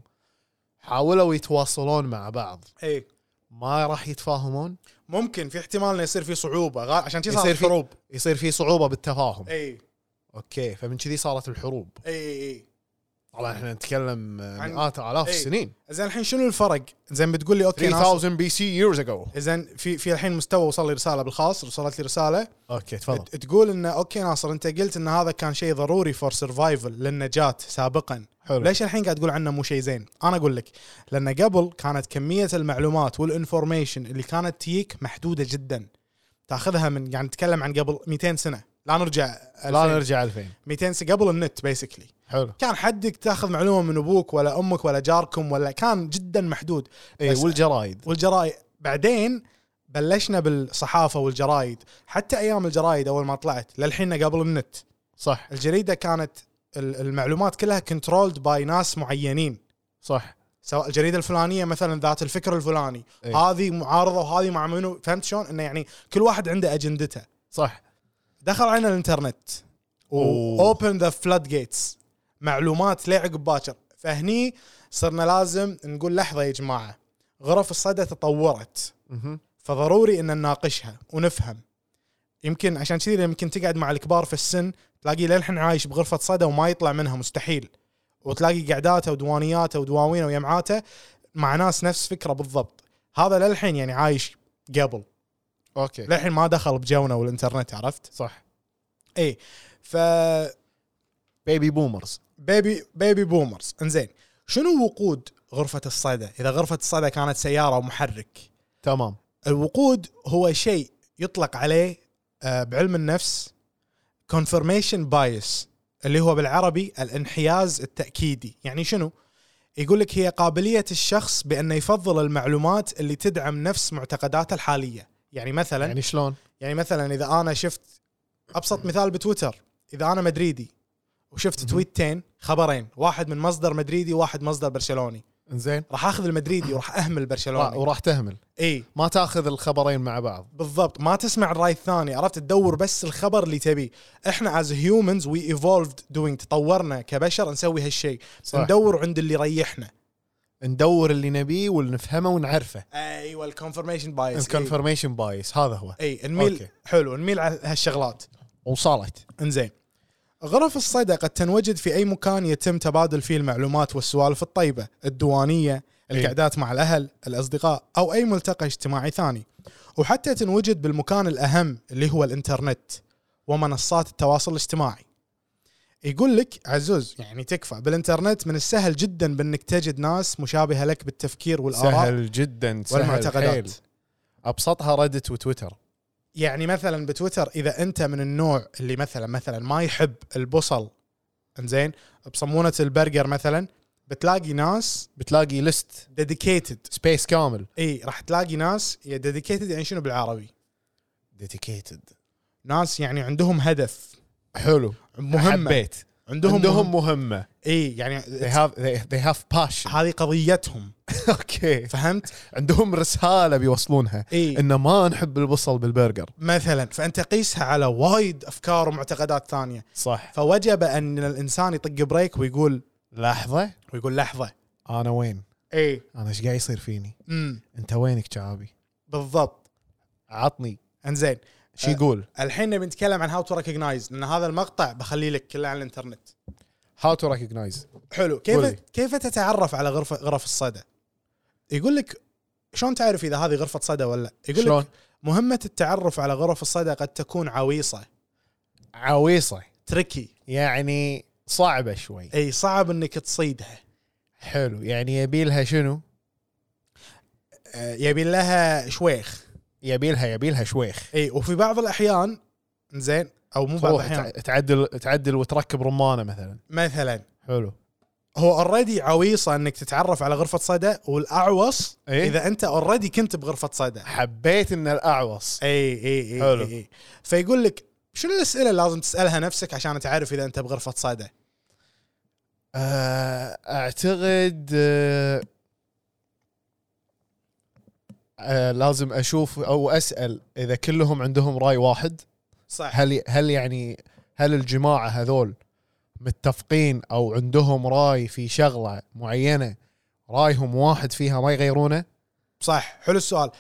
B: حاولوا يتواصلون مع بعض
C: اي
B: ما راح يتفاهمون
C: ممكن في احتمال انه يصير في صعوبه غا- عشان كذي
B: يصير
C: صارت
B: في-
C: حروب
B: يصير في صعوبه بالتفاهم
C: اي
B: اوكي فمن كذي صارت الحروب
C: اي اي
B: طبعا احنا نتكلم
C: عن-
B: مئات الاف
C: إيه.
B: السنين
C: زين الحين شنو الفرق؟ زين بتقول لي اوكي ناصر
B: 3000 بي سي years ago
C: زين في في الحين مستوى وصل لي رساله بالخاص وصلت لي رساله
B: اوكي تفضل
C: ت- تقول انه اوكي ناصر انت قلت ان هذا كان شيء ضروري فور سرفايفل للنجاه سابقا
B: حلو
C: ليش الحين قاعد تقول عنه مو شيء زين؟ انا اقول لك لان قبل كانت كميه المعلومات والانفورميشن اللي كانت تجيك محدوده جدا تاخذها من يعني نتكلم عن قبل 200 سنه لا نرجع
B: لا
C: إيه.
B: نرجع 2000
C: 200 سنه قبل النت بيسكلي
B: حلو
C: كان حدك تاخذ معلومه من ابوك ولا امك ولا جاركم ولا كان جدا محدود
B: اي
C: بس-
B: إيه، والجرايد
C: والجرايد بعدين بلشنا بالصحافه والجرايد حتى ايام الجرايد اول ما طلعت للحين قبل النت
B: صح
C: الجريده كانت ال- المعلومات كلها كنترولد باي ناس معينين
B: صح
C: سواء الجريده الفلانيه مثلا ذات الفكر الفلاني
B: إيه.
C: هذه معارضه وهذه مع منو فهمت شلون انه يعني كل واحد عنده اجندته
B: صح
C: دخل علينا الانترنت
B: أوه.
C: واوبن ذا فلاد جيتس معلومات لعقب باكر فهني صرنا لازم نقول لحظه يا جماعه غرف الصدى تطورت
B: مهم.
C: فضروري ان نناقشها ونفهم يمكن عشان كذي يمكن تقعد مع الكبار في السن تلاقيه للحين عايش بغرفه صدى وما يطلع منها مستحيل وتلاقي قعداته ودوانياته ودواوينه ويمعاته مع ناس نفس فكره بالضبط هذا للحين يعني عايش قبل
B: اوكي
C: للحين ما دخل بجونا والانترنت عرفت
B: صح
C: اي ف
B: بيبي بومرز
C: بيبي بيبي بومرز انزين شنو وقود غرفة الصدى؟ اذا غرفة الصدى كانت سيارة ومحرك
B: تمام
C: الوقود هو شيء يطلق عليه آه، بعلم النفس confirmation bias اللي هو بالعربي الانحياز التأكيدي يعني شنو؟ يقول لك هي قابلية الشخص بأنه يفضل المعلومات اللي تدعم نفس معتقداته الحالية يعني مثلا
B: يعني شلون
C: يعني مثلا اذا انا شفت ابسط مثال بتويتر اذا انا مدريدي وشفت تويتين خبرين واحد من مصدر مدريدي وواحد مصدر برشلوني
B: زين
C: راح اخذ المدريدي وراح اهمل برشلوني إيه.
B: وراح تهمل
C: اي
B: ما تاخذ الخبرين مع بعض
C: بالضبط ما تسمع الراي الثاني عرفت تدور بس الخبر اللي تبيه احنا از هيومنز وي ايفولفد دوينج تطورنا كبشر نسوي هالشيء
B: صح.
C: ندور عند اللي يريحنا
B: ندور اللي نبيه ونفهمه ونعرفه
C: ايوه الكونفرميشن بايس
B: الكونفرميشن بايس هذا هو
C: اي إيه، نميل
B: أوكي.
C: حلو نميل على هالشغلات
B: وصلت
C: انزين غرف الصيدة قد تنوجد في أي مكان يتم تبادل فيه المعلومات والسوالف الطيبة الديوانية
B: إيه.
C: القعدات مع الأهل الأصدقاء أو أي ملتقى اجتماعي ثاني وحتى تنوجد بالمكان الأهم اللي هو الإنترنت ومنصات التواصل الاجتماعي يقول لك عزوز يعني تكفى بالإنترنت من السهل جدا بأنك تجد ناس مشابهة لك بالتفكير والآراء
B: سهل جدا سهل
C: والمعتقدات
B: حيل. ابسطها ردت وتويتر
C: يعني مثلا بتويتر اذا انت من النوع اللي مثلا مثلا ما يحب البصل انزين بصمونه البرجر مثلا بتلاقي ناس
B: بتلاقي ليست
C: ديديكيتد
B: سبيس كامل
C: اي راح تلاقي ناس ديديكيتد يعني شنو بالعربي؟
B: ديديكيتد
C: ناس يعني عندهم هدف
B: حلو
C: مهمه
B: حبيت
C: عندهم
B: عندهم
C: عندهم
B: مهمه
C: اي يعني
B: they have they, they have passion
C: هذه قضيتهم
B: اوكي
C: فهمت؟
B: عندهم رساله بيوصلونها
C: اي
B: ان ما نحب البصل بالبرجر
C: مثلا فانت قيسها على وايد افكار ومعتقدات ثانيه
B: صح
C: فوجب ان الانسان يطق بريك ويقول
B: لحظه
C: ويقول لحظه
B: انا وين
C: اي
B: انا ايش قاعد يصير فيني
C: امم
B: انت وينك شعابي
C: بالضبط
B: عطني
C: انزين
B: شي يقول
C: الحين نبي نتكلم عن هاو تو ريكوجنايز لان هذا المقطع بخليه لك كله على الانترنت
B: هاو تو ريكوجنايز
C: حلو
B: قول
C: كيف
B: لي.
C: كيف تتعرف على غرفه غرف الصدى يقول لك شلون تعرف اذا هذه غرفه صدى ولا لا؟ يقول
B: شلون؟
C: لك مهمه التعرف على غرف الصدى قد تكون عويصه
B: عويصه
C: تركي
B: يعني صعبه شوي
C: اي صعب انك تصيدها
B: حلو يعني يبي لها شنو
C: آه، يبي لها شويخ
B: يبي لها يبي لها شويخ
C: اي وفي بعض الاحيان زين او مو بعض
B: تروح
C: الاحيان
B: تع- تعدل تعدل وتركب رمانه مثلا
C: مثلا
B: حلو
C: هو اوريدي عويصه انك تتعرف على غرفه صدى والاعوص
B: إيه.
C: اذا انت اوريدي كنت بغرفه صدى
B: حبيت ان الاعوص
C: اي اي اي
B: حلو.
C: حلو. اي إيه، فيقول لك شنو الاسئله اللي لازم تسالها نفسك عشان تعرف اذا انت بغرفه صدى؟
B: أه، آه، اعتقد آه، آه لازم اشوف او اسال اذا كلهم عندهم راي واحد
C: صح
B: هل هل يعني هل الجماعه هذول متفقين او عندهم راي في شغله معينه رايهم واحد فيها ما يغيرونه
C: صح حلو السؤال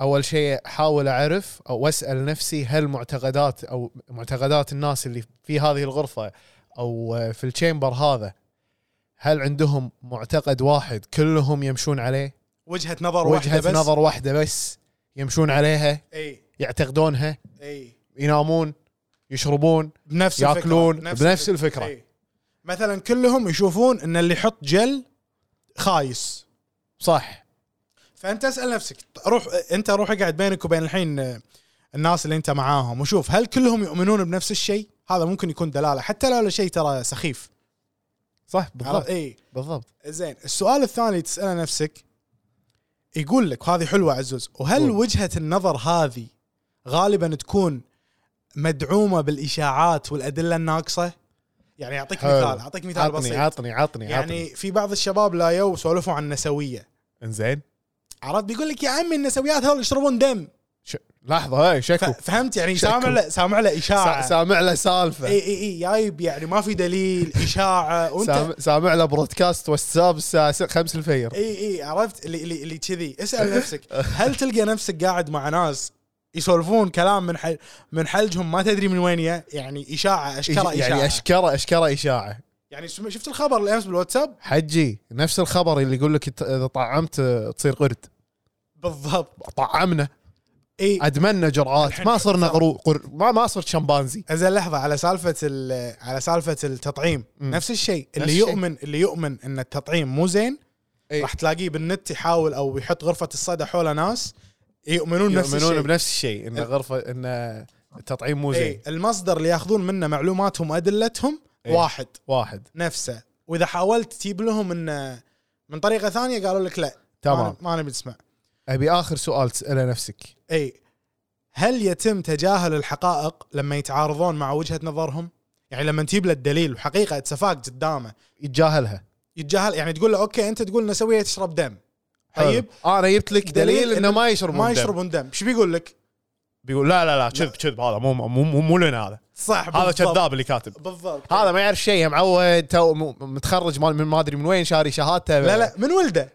B: اول شيء احاول اعرف او اسال نفسي هل معتقدات او معتقدات الناس اللي في هذه الغرفه او في الشامبر هذا هل عندهم معتقد واحد كلهم يمشون عليه
C: وجهه نظر واحده بس إيه،
B: وجهه نظر واحده بس يمشون عليها
C: اي
B: يعتقدونها
C: اي
B: ينامون يشربون
C: إيه. بنفس
B: ياكلون
C: الفكرة.
B: بنفس الفكرة.
C: إي. مثلا كلهم يشوفون ان اللي يحط جل خايس
B: صح
C: فانت اسال نفسك روح انت روح اقعد بينك وبين الحين آه، الناس اللي انت معاهم وشوف هل كلهم يؤمنون بنفس الشيء هذا ممكن يكون دلاله حتى لو شيء ترى سخيف
B: صح
C: عرفت؟ إيه.
B: بالضبط
C: اي
B: بالضبط
C: زين السؤال الثاني تساله نفسك يقول لك وهذه حلوه عزوز وهل
B: قول.
C: وجهه النظر هذه غالبا تكون مدعومه بالاشاعات والادله الناقصه يعني اعطيك
B: حلو.
C: مثال اعطيك مثال
B: عطني
C: بسيط
B: عطني عطني
C: يعني
B: يعني
C: في بعض الشباب لا يو سولفوا عن النسويه
B: انزين
C: عرفت بيقول لك يا عمي النسويات هذول يشربون دم
B: ش... لحظه هاي
C: ف-
B: شكو
C: فهمت يعني
B: شكو.
C: سامع له سامع له
B: سا...
C: اشاعه
B: سامع له سالفه
C: اي اي اي جايب يعني ما في دليل اشاعه وانت
B: سامع, سامع له برودكاست واتساب الساعه 5 الفير
C: اي اي عرفت اللي اللي اللي كذي اسال نفسك هل تلقى نفسك قاعد مع ناس يسولفون كلام من حل من حلجهم ما تدري من وين يا يعني اشاعه اشكره اشاعه
B: يعني
C: يعني,
B: اشكره اشكره اشاعه
C: يعني سم- شفت الخبر اللي امس بالواتساب
B: حجي نفس الخبر اللي يقول لك ت- اذا طعمت آه، تصير قرد
C: بالضبط
B: طعمنا
C: اي
B: ادمنا جرعات ما صرنا قرو قر... ما ما صرت شمبانزي
C: زين لحظه على سالفه ال- على سالفه التطعيم
B: مم.
C: نفس الشيء اللي
B: نفس الشيء.
C: يؤمن اللي يؤمن ان التطعيم مو زين
B: إي.
C: راح تلاقيه بالنت يحاول او يحط غرفه الصدى حوله ناس يؤمنون إيه. نفس الشيء
B: يؤمنون بنفس الشيء ان غرفه ان التطعيم مو زين
C: إي، المصدر اللي ياخذون منه معلوماتهم وادلتهم
B: إي.
C: واحد
B: واحد
C: نفسه واذا حاولت تجيب لهم انه من طريقه ثانيه قالوا لك لا
B: تمام
C: ما نبي نسمع
B: ابي اخر سؤال تساله نفسك
C: اي هل يتم تجاهل الحقائق لما يتعارضون مع وجهه نظرهم؟ يعني لما تجيب له الدليل وحقيقه تسفاك قدامه
B: يتجاهلها
C: يتجاهل يعني تقول له اوكي انت تقول انه سويه تشرب دم
B: حلو.
C: طيب
B: انا جبت لك دليل
C: دليل
B: انه
C: إنه
B: ما يشربون
C: ما
B: دم.
C: يشربون دم شو بيقول لك؟
B: بيقول لا لا لا كذب كذب هذا مو مو مو, مو لنا هذا
C: صح
B: هذا
C: بالضبط.
B: كذاب اللي كاتب
C: بالضبط
B: هذا ما يعرف شيء يا معود تو م- متخرج مال- من ما ادري من وين شاري شهادته
C: لا لا من ولده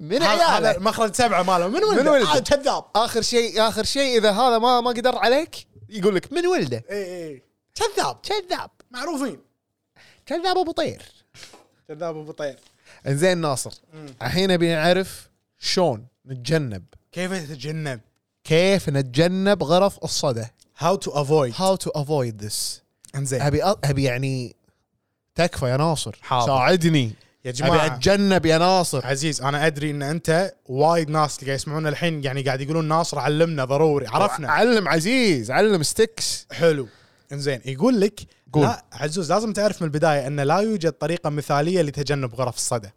B: من
C: هذا هذا
B: عياله
C: مخرج سبعه ماله من ولده
B: من ولده.
C: آه، كذاب
B: اخر شيء اخر شيء اذا هذا ما ما قدر عليك يقول لك من ولده
C: اي اي كذاب
B: كذاب
C: معروفين
B: كذاب ابو طير
C: كذاب طيب. ابو طير
B: انزين ناصر الحين ابي نعرف شلون نتجنب
C: كيف يتجنب؟
B: كيف نتجنب غرف الصدى
C: هاو تو افويد
B: هاو تو افويد ذس
C: انزين
B: ابي أ- ابي يعني تكفى يا ناصر
C: حاضر.
B: ساعدني
C: يا
B: ابي
C: جماعه
B: اتجنب يا ناصر
C: عزيز انا ادري ان انت وايد ناس اللي قاعد يسمعونا الحين يعني قاعد يقولون ناصر علمنا ضروري عرفنا
B: علم عزيز علم ستيكس
C: حلو انزين يقول لك
B: قول.
C: لا عزوز لازم تعرف من البدايه ان لا يوجد طريقه مثاليه لتجنب غرف الصدى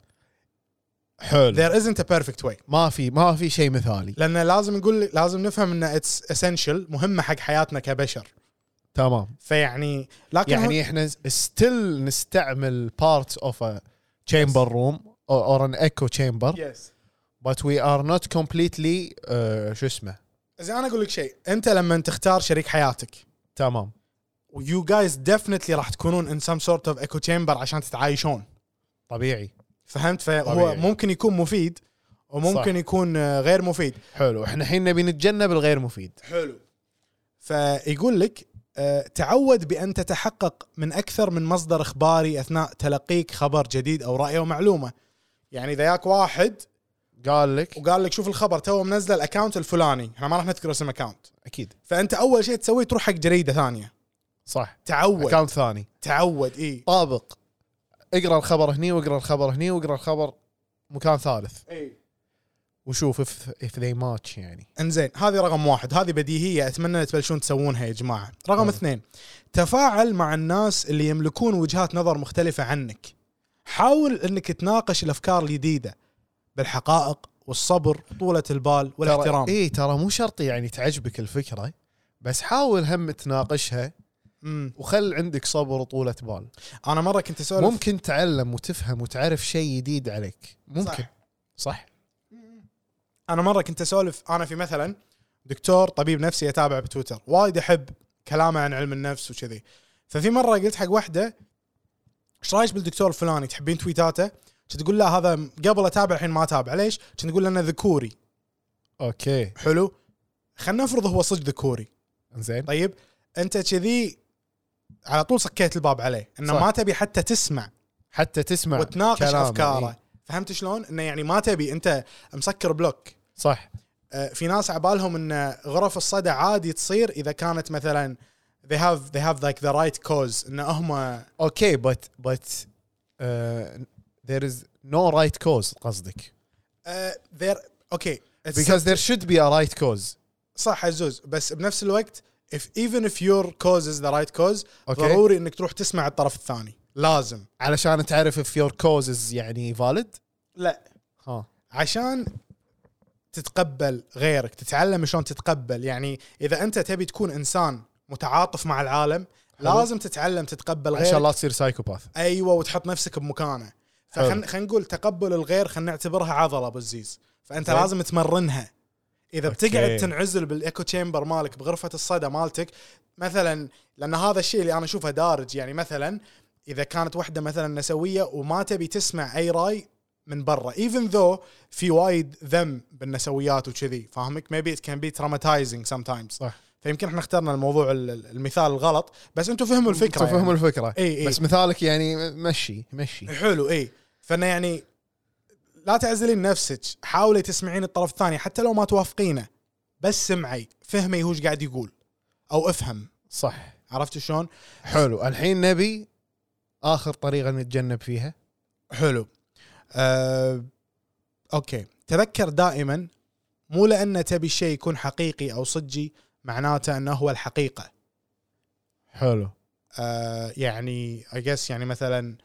B: حلو
C: there isn't a perfect way
B: ما في ما في شيء مثالي
C: لان لازم نقول لازم نفهم ان اتس اسينشال مهمه حق حياتنا كبشر
B: تمام
C: فيعني لكن
B: يعني احنا ستيل نستعمل بارت اوف تشامبر روم اور ان ايكو تشامبر
C: يس
B: بس وي ار نوت كومبليتلي uh, شو اسمه
C: زين انا اقول لك شيء انت لما تختار شريك حياتك
B: تمام
C: يو جايز ديفنتلي راح تكونون ان سم سورت اوف ايكو تشامبر عشان تتعايشون
B: طبيعي
C: فهمت فهو
B: طبيعي.
C: ممكن يكون مفيد وممكن
B: صح.
C: صح. يكون آه، غير مفيد
B: حلو احنا الحين نبي نتجنب الغير مفيد
C: حلو فيقول لك آه، تعود بان تتحقق من اكثر من مصدر اخباري اثناء تلقيك خبر جديد او راي او معلومه يعني اذا ياك واحد
B: قال لك
C: وقال لك شوف الخبر تو منزله الاكونت الفلاني احنا ما راح نذكر اسم اكونت
B: اكيد
C: فانت اول شيء تسويه تروح حق جريده ثانيه
B: صح
C: تعود
B: اكونت ثاني
C: تعود اي
B: طابق اقرا الخبر هني واقرا الخبر هني واقرا الخبر مكان ثالث
C: اي
B: وشوف if, if they match يعني
C: انزين هذه رقم واحد هذه بديهية أتمنى إن تبلشون تسوونها يا جماعة رقم
B: أه.
C: اثنين تفاعل مع الناس اللي يملكون وجهات نظر مختلفة عنك حاول أنك تناقش الأفكار الجديدة بالحقائق والصبر وطولة البال والاحترام
B: اي إيه، ترى مو شرط يعني تعجبك الفكره بس حاول هم تناقشها
C: مم.
B: وخل عندك صبر وطولة بال
C: أنا مرة كنت أسولف
B: ممكن تعلم وتفهم وتعرف شيء جديد عليك ممكن
C: صح.
B: صح
C: انا مره كنت اسولف انا في مثلا دكتور طبيب نفسي اتابعه بتويتر وايد احب كلامه عن علم النفس وكذي ففي مره قلت حق واحده ايش رايك بالدكتور الفلاني تحبين تويتاته؟ كنت تقول لا هذا قبل اتابع الحين ما اتابع ليش؟ كنت تقول لانه ذكوري
B: اوكي
C: حلو خلينا نفرض هو صدق ذكوري
B: زين
C: طيب انت كذي على طول سكيت الباب عليه انه
B: صح.
C: ما تبي حتى تسمع
B: حتى تسمع
C: وتناقش
B: كلامه،
C: افكاره
B: إي.
C: فهمت شلون؟ انه يعني ما تبي انت مسكر بلوك
B: صح
C: آه، في ناس عبالهم ان غرف الصدى عادي تصير اذا كانت مثلا they have they have like the right cause ان هم آه،
B: اوكي بت بت uh, there is no right cause قصدك
C: آه، they're اوكي okay,
B: because there should be a right cause
C: صح عزوز بس بنفس الوقت if even if your cause is the right cause
B: أوكي.
C: ضروري انك تروح تسمع الطرف الثاني لازم
B: علشان تعرف if your cause is يعني valid
C: لا
B: ها
C: عشان تتقبل غيرك تتعلم شلون تتقبل يعني اذا انت تبي تكون انسان متعاطف مع العالم
B: حلو.
C: لازم تتعلم تتقبل غيرك
B: عشان لا تصير سايكوباث
C: ايوه وتحط نفسك بمكانه
B: حلو.
C: فخلينا خلينا نقول تقبل الغير خلينا نعتبرها عضله ابو الزيز فانت
B: زين.
C: لازم تمرنها اذا
B: أوكي.
C: بتقعد تنعزل بالايكو تشامبر مالك بغرفه الصدى مالتك مثلا لان هذا الشيء اللي انا اشوفه دارج يعني مثلا اذا كانت واحده مثلا نسويه وما تبي تسمع اي راي من برا ايفن ذو في وايد ذم بالنسويات وكذي فاهمك maybe it can be traumatizing sometimes
B: صح.
C: فيمكن احنا اخترنا الموضوع ال- ال- المثال الغلط بس انتم فهموا الفكره
B: تفهم
C: يعني.
B: الفكره
C: إي، إي.
B: بس مثالك يعني مشي مشي
C: حلو اي فانا يعني لا تعزلين نفسك حاولي تسمعين الطرف الثاني حتى لو ما توافقينه بس سمعي فهمي هو ايش قاعد يقول او افهم
B: صح
C: عرفت شلون
B: حلو الحين نبي اخر طريقه نتجنب فيها
C: حلو أه اوكي تذكر دائما مو لان تبي شيء يكون حقيقي او صجي معناته انه هو الحقيقه
B: حلو
C: أه يعني اي جس يعني مثلا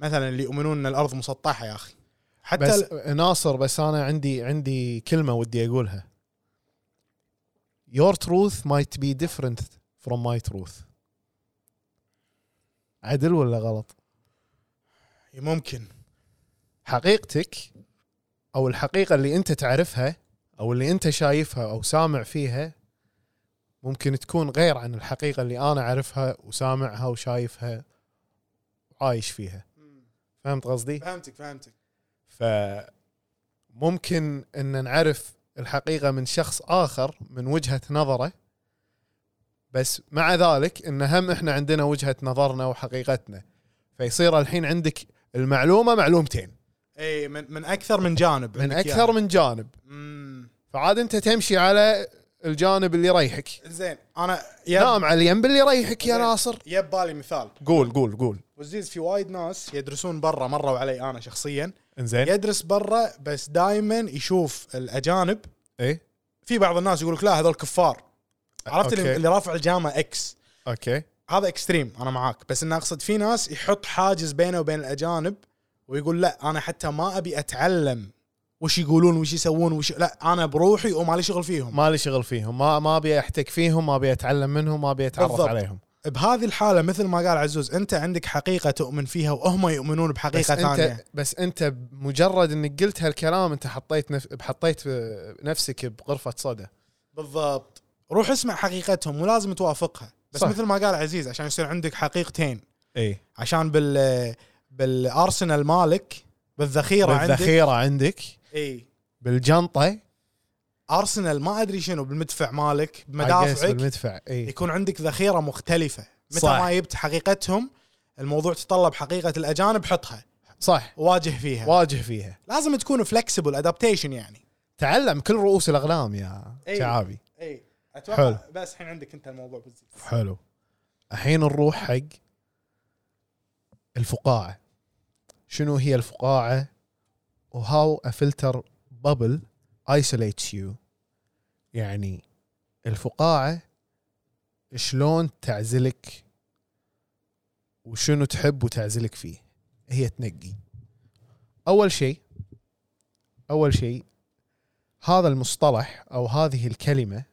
C: مثلا اللي يؤمنون ان الارض مسطحه يا اخي حتى ال-
B: بس ناصر بس انا عندي عندي كلمه ودي اقولها your truth might be different from my truth عدل ولا غلط
C: ممكن
B: حقيقتك او الحقيقه اللي انت تعرفها او اللي انت شايفها او سامع فيها ممكن تكون غير عن الحقيقه اللي انا اعرفها وسامعها وشايفها وعايش فيها فهمت قصدي
C: فهمتك فهمتك
B: فممكن ان نعرف الحقيقه من شخص اخر من وجهه نظره بس مع ذلك ان هم احنا عندنا وجهه نظرنا وحقيقتنا فيصير الحين عندك المعلومه معلومتين
C: اي من من اكثر من جانب
B: من اكثر من جانب
C: من
B: فعاد انت تمشي على الجانب اللي يريحك
C: زين انا يب
B: نام على اليم اللي يريحك يا
C: زين.
B: ناصر
C: يب بالي مثال
B: قول قول قول
C: وزيز في وايد ناس يدرسون برا مروا علي انا شخصيا
B: انزين
C: يدرس برا بس دائما يشوف الاجانب
B: ايه
C: في بعض الناس يقول لك لا هذول كفار عرفت
B: أوكي.
C: اللي, اللي رافع الجامعه اكس
B: اوكي
C: هذا اكستريم انا معاك بس انا اقصد في ناس يحط حاجز بينه وبين الاجانب ويقول لا انا حتى ما ابي اتعلم وش يقولون وش يسوون وش لا انا بروحي وما لي شغل فيهم
B: ما لي شغل فيهم ما ما ابي احتك فيهم ما ابي اتعلم منهم ما ابي اتعرف
C: بالضبط.
B: عليهم
C: بهذه الحالة مثل ما قال عزوز أنت عندك حقيقة تؤمن فيها وهم يؤمنون
B: بس
C: بحقيقة
B: انت
C: ثانية
B: بس انت بمجرد انك قلت هالكلام انت حطيت نف... حطيت آه، نفسك بغرفه صدى
C: بالضبط روح اسمع حقيقتهم ولازم توافقها بس
B: صح.
C: صح. مثل ما قال عزيز عشان يصير عندك حقيقتين
B: اي
C: عشان بال بالارسنال مالك بالذخيره, عندك
B: بالذخيره عندك
C: اي
B: بالجنطه
C: ارسنال ما ادري شنو بالمدفع مالك
B: I guess
C: بمدافعك
B: بالمدفع اي
C: يكون عندك ذخيره مختلفه متى
B: صح.
C: ما جبت حقيقتهم الموضوع تطلب حقيقه الاجانب حطها
B: صح
C: واجه فيها
B: واجه فيها
C: لازم تكون فلكسبل ادابتيشن يعني
B: تعلم كل رؤوس الاقلام يا
C: إي.
B: شعابي
C: اي
B: حلو.
C: بس الحين عندك انت الموضوع بالضبط
B: حلو الحين نروح حق الفقاعه شنو هي الفقاعه وهاو ا فلتر بابل isolates يو يعني الفقاعه شلون تعزلك وشنو تحب وتعزلك فيه هي تنقي اول شيء اول شيء هذا المصطلح او هذه الكلمه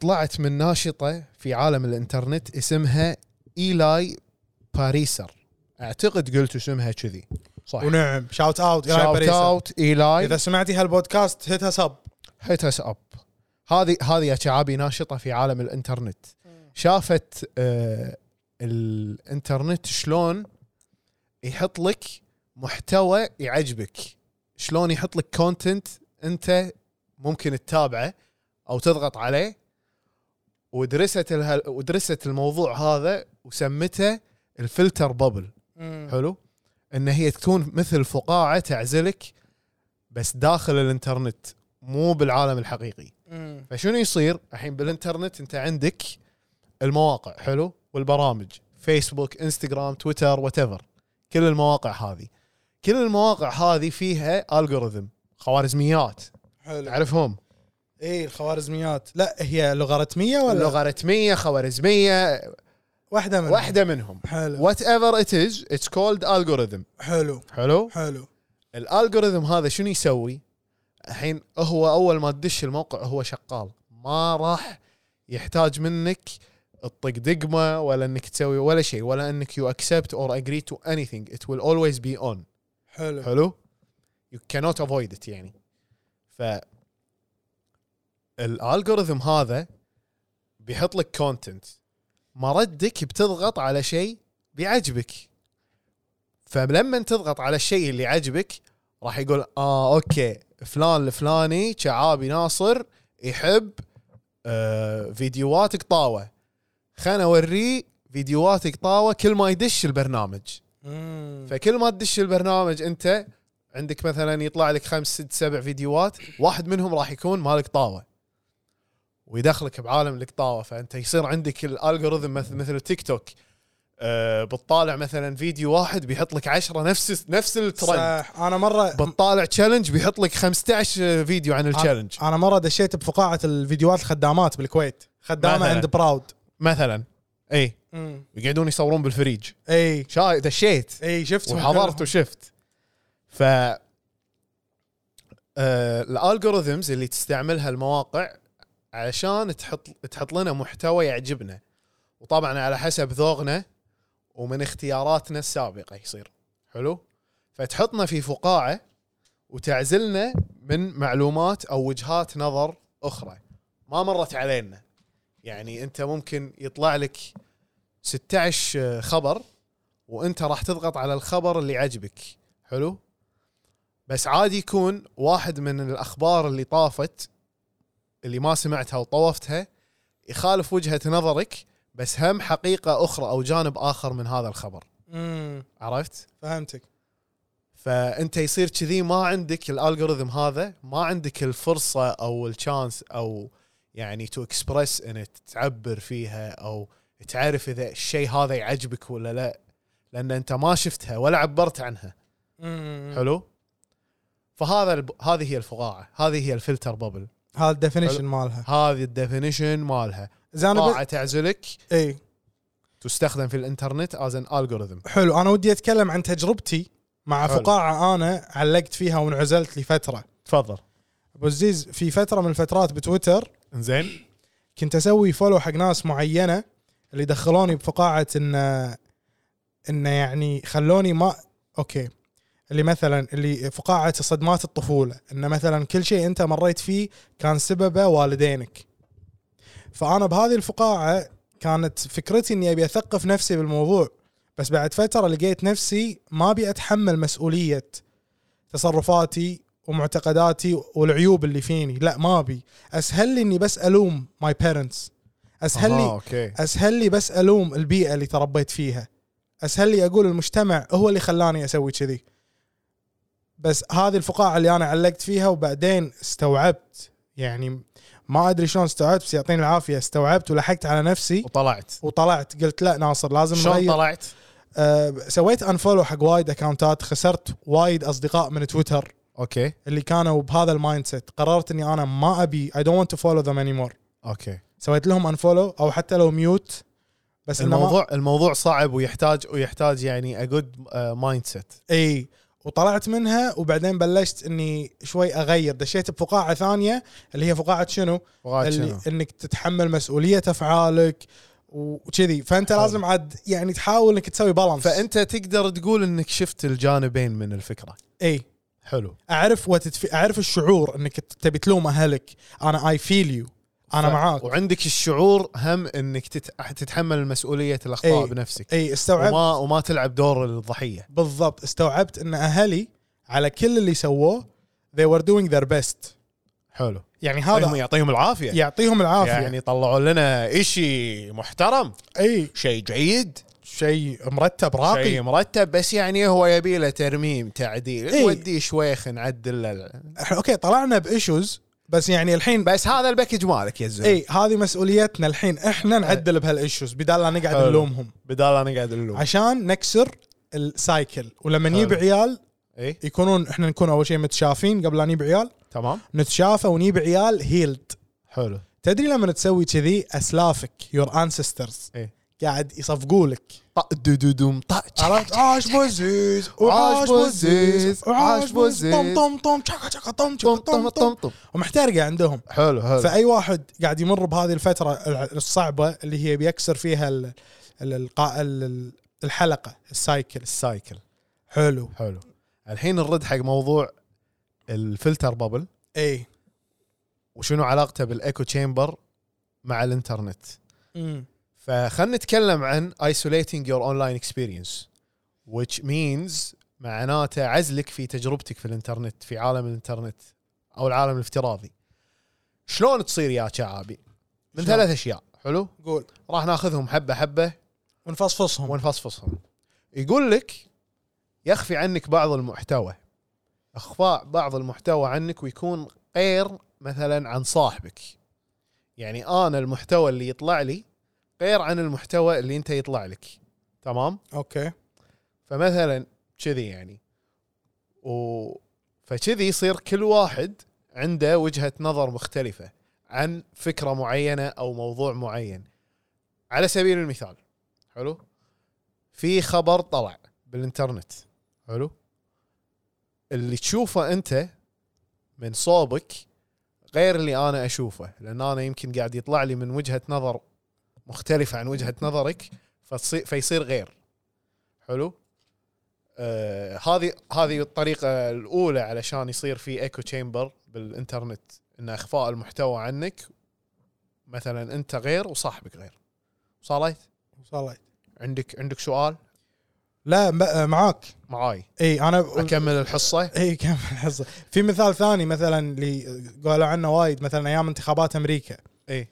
B: طلعت من ناشطه في عالم الانترنت اسمها ايلاي باريسر اعتقد قلت اسمها كذي صح
C: طيب. ونعم شاوت اوت إلهي
B: شاوت
C: بريسة.
B: اوت ايلاي
C: اذا سمعتي هالبودكاست هتها سب
B: هيت اس اب هذه هذه يا شعابي ناشطه في عالم الانترنت شافت آه الانترنت شلون يحط لك محتوى يعجبك شلون يحط لك كونتنت انت ممكن تتابعه او تضغط عليه ودرست الهل... ودرست الموضوع هذا وسمته الفلتر بابل حلو ان هي تكون مثل فقاعه تعزلك بس داخل الانترنت مو بالعالم الحقيقي فشنو يصير الحين بالانترنت انت عندك المواقع حلو والبرامج فيسبوك انستغرام تويتر واتيفر كل المواقع هذه كل المواقع هذه فيها الجوريثم خوارزميات
C: حلو
B: تعرفهم
C: اي الخوارزميات لا هي لوغاريتميه ولا
B: لوغاريتميه خوارزميه
C: واحده من
B: واحده منهم
C: حلو
B: وات ايفر ات از اتس كولد الجوريثم
C: حلو
B: حلو
C: حلو
B: الالجوريثم هذا شنو يسوي؟ الحين هو اول ما تدش الموقع هو شغال ما راح يحتاج منك تطق دقمه ولا انك تسوي ولا شيء ولا انك يو اكسبت اور اجري تو anything it will always be on
C: حلو
B: حلو you cannot avoid it يعني ف الالجوريثم هذا بيحط لك كونتنت مردك بتضغط على شيء بيعجبك فلما تضغط على الشيء اللي عجبك راح يقول اه اوكي فلان الفلاني شعابي ناصر يحب آه فيديوهات قطاوه خلنا اوريه فيديوهات قطاوه كل ما يدش البرنامج
C: مم.
B: فكل ما تدش البرنامج انت عندك مثلا يطلع لك خمس ست سبع فيديوهات واحد منهم راح يكون مالك طاوه ويدخلك بعالم القطاوه فانت يصير عندك الالغوريثم مثل مثل تيك توك أه بتطالع مثلا فيديو واحد بيحط لك 10 نفس نفس الترند
C: صح انا مره
B: بتطالع تشالنج بيحط لك 15 فيديو عن التشالنج
C: انا مره دشيت بفقاعه الفيديوهات الخدامات بالكويت خدامه
B: مثلاً.
C: عند براود
B: مثلا اي إيه، يقعدون يصورون بالفريج
C: اي
B: شا دشيت
C: اي شفت
B: وحضرت وشفت ف آه، الالجوريثمز اللي تستعملها المواقع علشان تحط تحط لنا محتوى يعجبنا وطبعا على حسب ذوقنا ومن اختياراتنا السابقه يصير حلو فتحطنا في فقاعه وتعزلنا من معلومات او وجهات نظر اخرى ما مرت علينا يعني انت ممكن يطلع لك 16 خبر وانت راح تضغط على الخبر اللي عجبك حلو بس عادي يكون واحد من الاخبار اللي طافت اللي ما سمعتها وطوفتها يخالف وجهه نظرك بس هم حقيقه اخرى او جانب اخر من هذا الخبر
C: امم
B: عرفت
C: فهمتك
B: فانت يصير كذي ما عندك الالغوريثم هذا ما عندك الفرصه او الشانس او يعني تو اكسبرس ان تعبر فيها او تعرف اذا الشيء هذا يعجبك ولا لا لان انت ما شفتها ولا عبرت عنها
C: حلو
B: حلو فهذا الب... هذه هي الفقاعه هذه هي الفلتر بابل
C: هذا الديفينيشن مالها
B: هذه الديفينيشن مالها
C: زين انا
B: فقاعه
C: بس
B: تعزلك
C: اي
B: تستخدم في الانترنت از ان الجوريثم
C: حلو انا ودي اتكلم عن تجربتي مع
B: حلو.
C: فقاعه انا علقت فيها وانعزلت لفتره
B: تفضل
C: ابو عزيز في فتره من الفترات بتويتر
B: زين
C: كنت اسوي فولو حق ناس معينه اللي دخلوني بفقاعه ان ان يعني خلوني ما اوكي اللي مثلا اللي فقاعه صدمات الطفوله ان مثلا كل شيء انت مريت فيه كان سببه والدينك فانا بهذه الفقاعه كانت فكرتي اني ابي اثقف نفسي بالموضوع بس بعد فتره لقيت نفسي ما ابي اتحمل مسؤوليه تصرفاتي ومعتقداتي والعيوب اللي فيني لا ما ابي اسهل لي اني بس الوم ماي بيرنتس اسهل لي
B: آه، اوكي
C: اسهل لي بس الوم البيئه اللي تربيت فيها اسهل لي اقول المجتمع هو اللي خلاني اسوي كذي بس هذه الفقاعه اللي انا علقت فيها وبعدين استوعبت يعني ما ادري شلون استوعبت بس يعطيني العافيه استوعبت ولحقت على نفسي
B: وطلعت
C: وطلعت قلت لا ناصر لازم
B: شلون
C: نغير
B: طلعت؟
C: آه سويت انفولو حق وايد اكونتات خسرت وايد اصدقاء من تويتر
B: اوكي
C: اللي كانوا بهذا المايند سيت قررت اني انا ما ابي اي دونت تو فولو ذم اني مور
B: اوكي
C: سويت لهم انفولو او حتى لو ميوت بس إنه ما-
B: الموضوع الموضوع صعب ويحتاج ويحتاج يعني اجود مايند سيت
C: اي وطلعت منها وبعدين بلشت اني شوي اغير دشيت بفقاعه ثانيه اللي هي فقاعه شنو؟ اللي انك تتحمل مسؤوليه افعالك وكذي فانت لازم عاد يعني تحاول انك تسوي بالانس
B: فانت تقدر تقول انك شفت الجانبين من الفكره
C: اي
B: حلو
C: اعرف وتتف... اعرف الشعور انك تبي تلوم اهلك انا اي فيل يو انا
B: ف-
C: معاك
B: وعندك الشعور هم انك تت... تتحمل مسؤوليه الاخطاء
C: إي.
B: بنفسك
C: اي استوعبت
B: وما وما تلعب دور الضحيه
C: بالضبط استوعبت ان اهلي على كل اللي سووه they were doing their best
B: حلو
C: يعني
B: هم
C: هذا
B: يعطيهم العافيه
C: يعطيهم العافيه يعني
B: يعني طلعوا لنا شيء محترم
C: اي
B: شيء جيد
C: شيء مرتب راقي
B: شيء مرتب بس يعني هو يبي له ترميم تعديل
C: إي.
B: إيه؟ ودي شويخ نعدل له.
C: احنا اوكي طلعنا بايشوز بس يعني الحين
B: بس هذا الباكج مالك يا زلمه
C: اي هذه مسؤوليتنا الحين احنا نعدل بهالايشوز بدال لا نقعد
B: حلو.
C: نلومهم
B: بدال انا قاعد الوم
C: عشان نكسر السايكل ولما
B: حلو.
C: نجيب عيال
B: اي
C: يكونون احنا نكون اول شيء متشافين قبل لا نجيب عيال
B: تمام
C: نتشافى ونجيب عيال هيلد
B: حلو
C: تدري لما تسوي كذي اسلافك يور انسسترز
B: إيه.
C: قاعد يصفقوا لك
B: طق دودوم طق
C: عرفت عاش بوزيز وعاش بوزيز وعاش بوزيز طم طم طم شكا شكا طم شكا
B: طم طم
C: طم طم
B: طم طم
C: ومحترقه عندهم
B: حلو حلو
C: فاي واحد قاعد يمر بهذه الفتره الصعبه اللي هي بيكسر فيها ال- ال- القاء ال- الحلقه السايكل
B: السايكل
C: حلو
B: حلو الحين نرد حق موضوع الفلتر بابل
C: اي
B: وشنو علاقته بالايكو تشامبر مع الانترنت فخلنا نتكلم عن isolating your online experience which means معناته عزلك في تجربتك في الانترنت في عالم الانترنت او العالم الافتراضي شلون تصير يا شعابي من
C: شلون؟
B: ثلاث اشياء حلو
C: قول
B: راح ناخذهم حبه حبه
C: ونفصفصهم
B: ونفصفصهم يقول لك يخفي عنك بعض المحتوى اخفاء بعض المحتوى عنك ويكون غير مثلا عن صاحبك يعني انا المحتوى اللي يطلع لي غير عن المحتوى اللي انت يطلع لك تمام
C: اوكي
B: فمثلا كذي يعني و فكذي يصير كل واحد عنده وجهة نظر مختلفة عن فكرة معينة أو موضوع معين على سبيل المثال حلو في خبر طلع بالإنترنت حلو اللي تشوفه أنت من صوبك غير اللي أنا أشوفه لأن أنا يمكن قاعد يطلع لي من وجهة نظر مختلفة عن وجهة نظرك فتصير فيصير غير حلو آه، هذه هذه الطريقه الاولى علشان يصير في ايكو تشامبر بالانترنت ان اخفاء المحتوى عنك مثلا انت غير وصاحبك غير وصلت
C: وصلت
B: عندك عندك سؤال
C: لا م- معاك
B: معاي
C: اي انا
B: اكمل الحصه
C: اي كمل حصه في مثال ثاني مثلا اللي قالوا عنه وايد مثلا ايام انتخابات امريكا
B: اي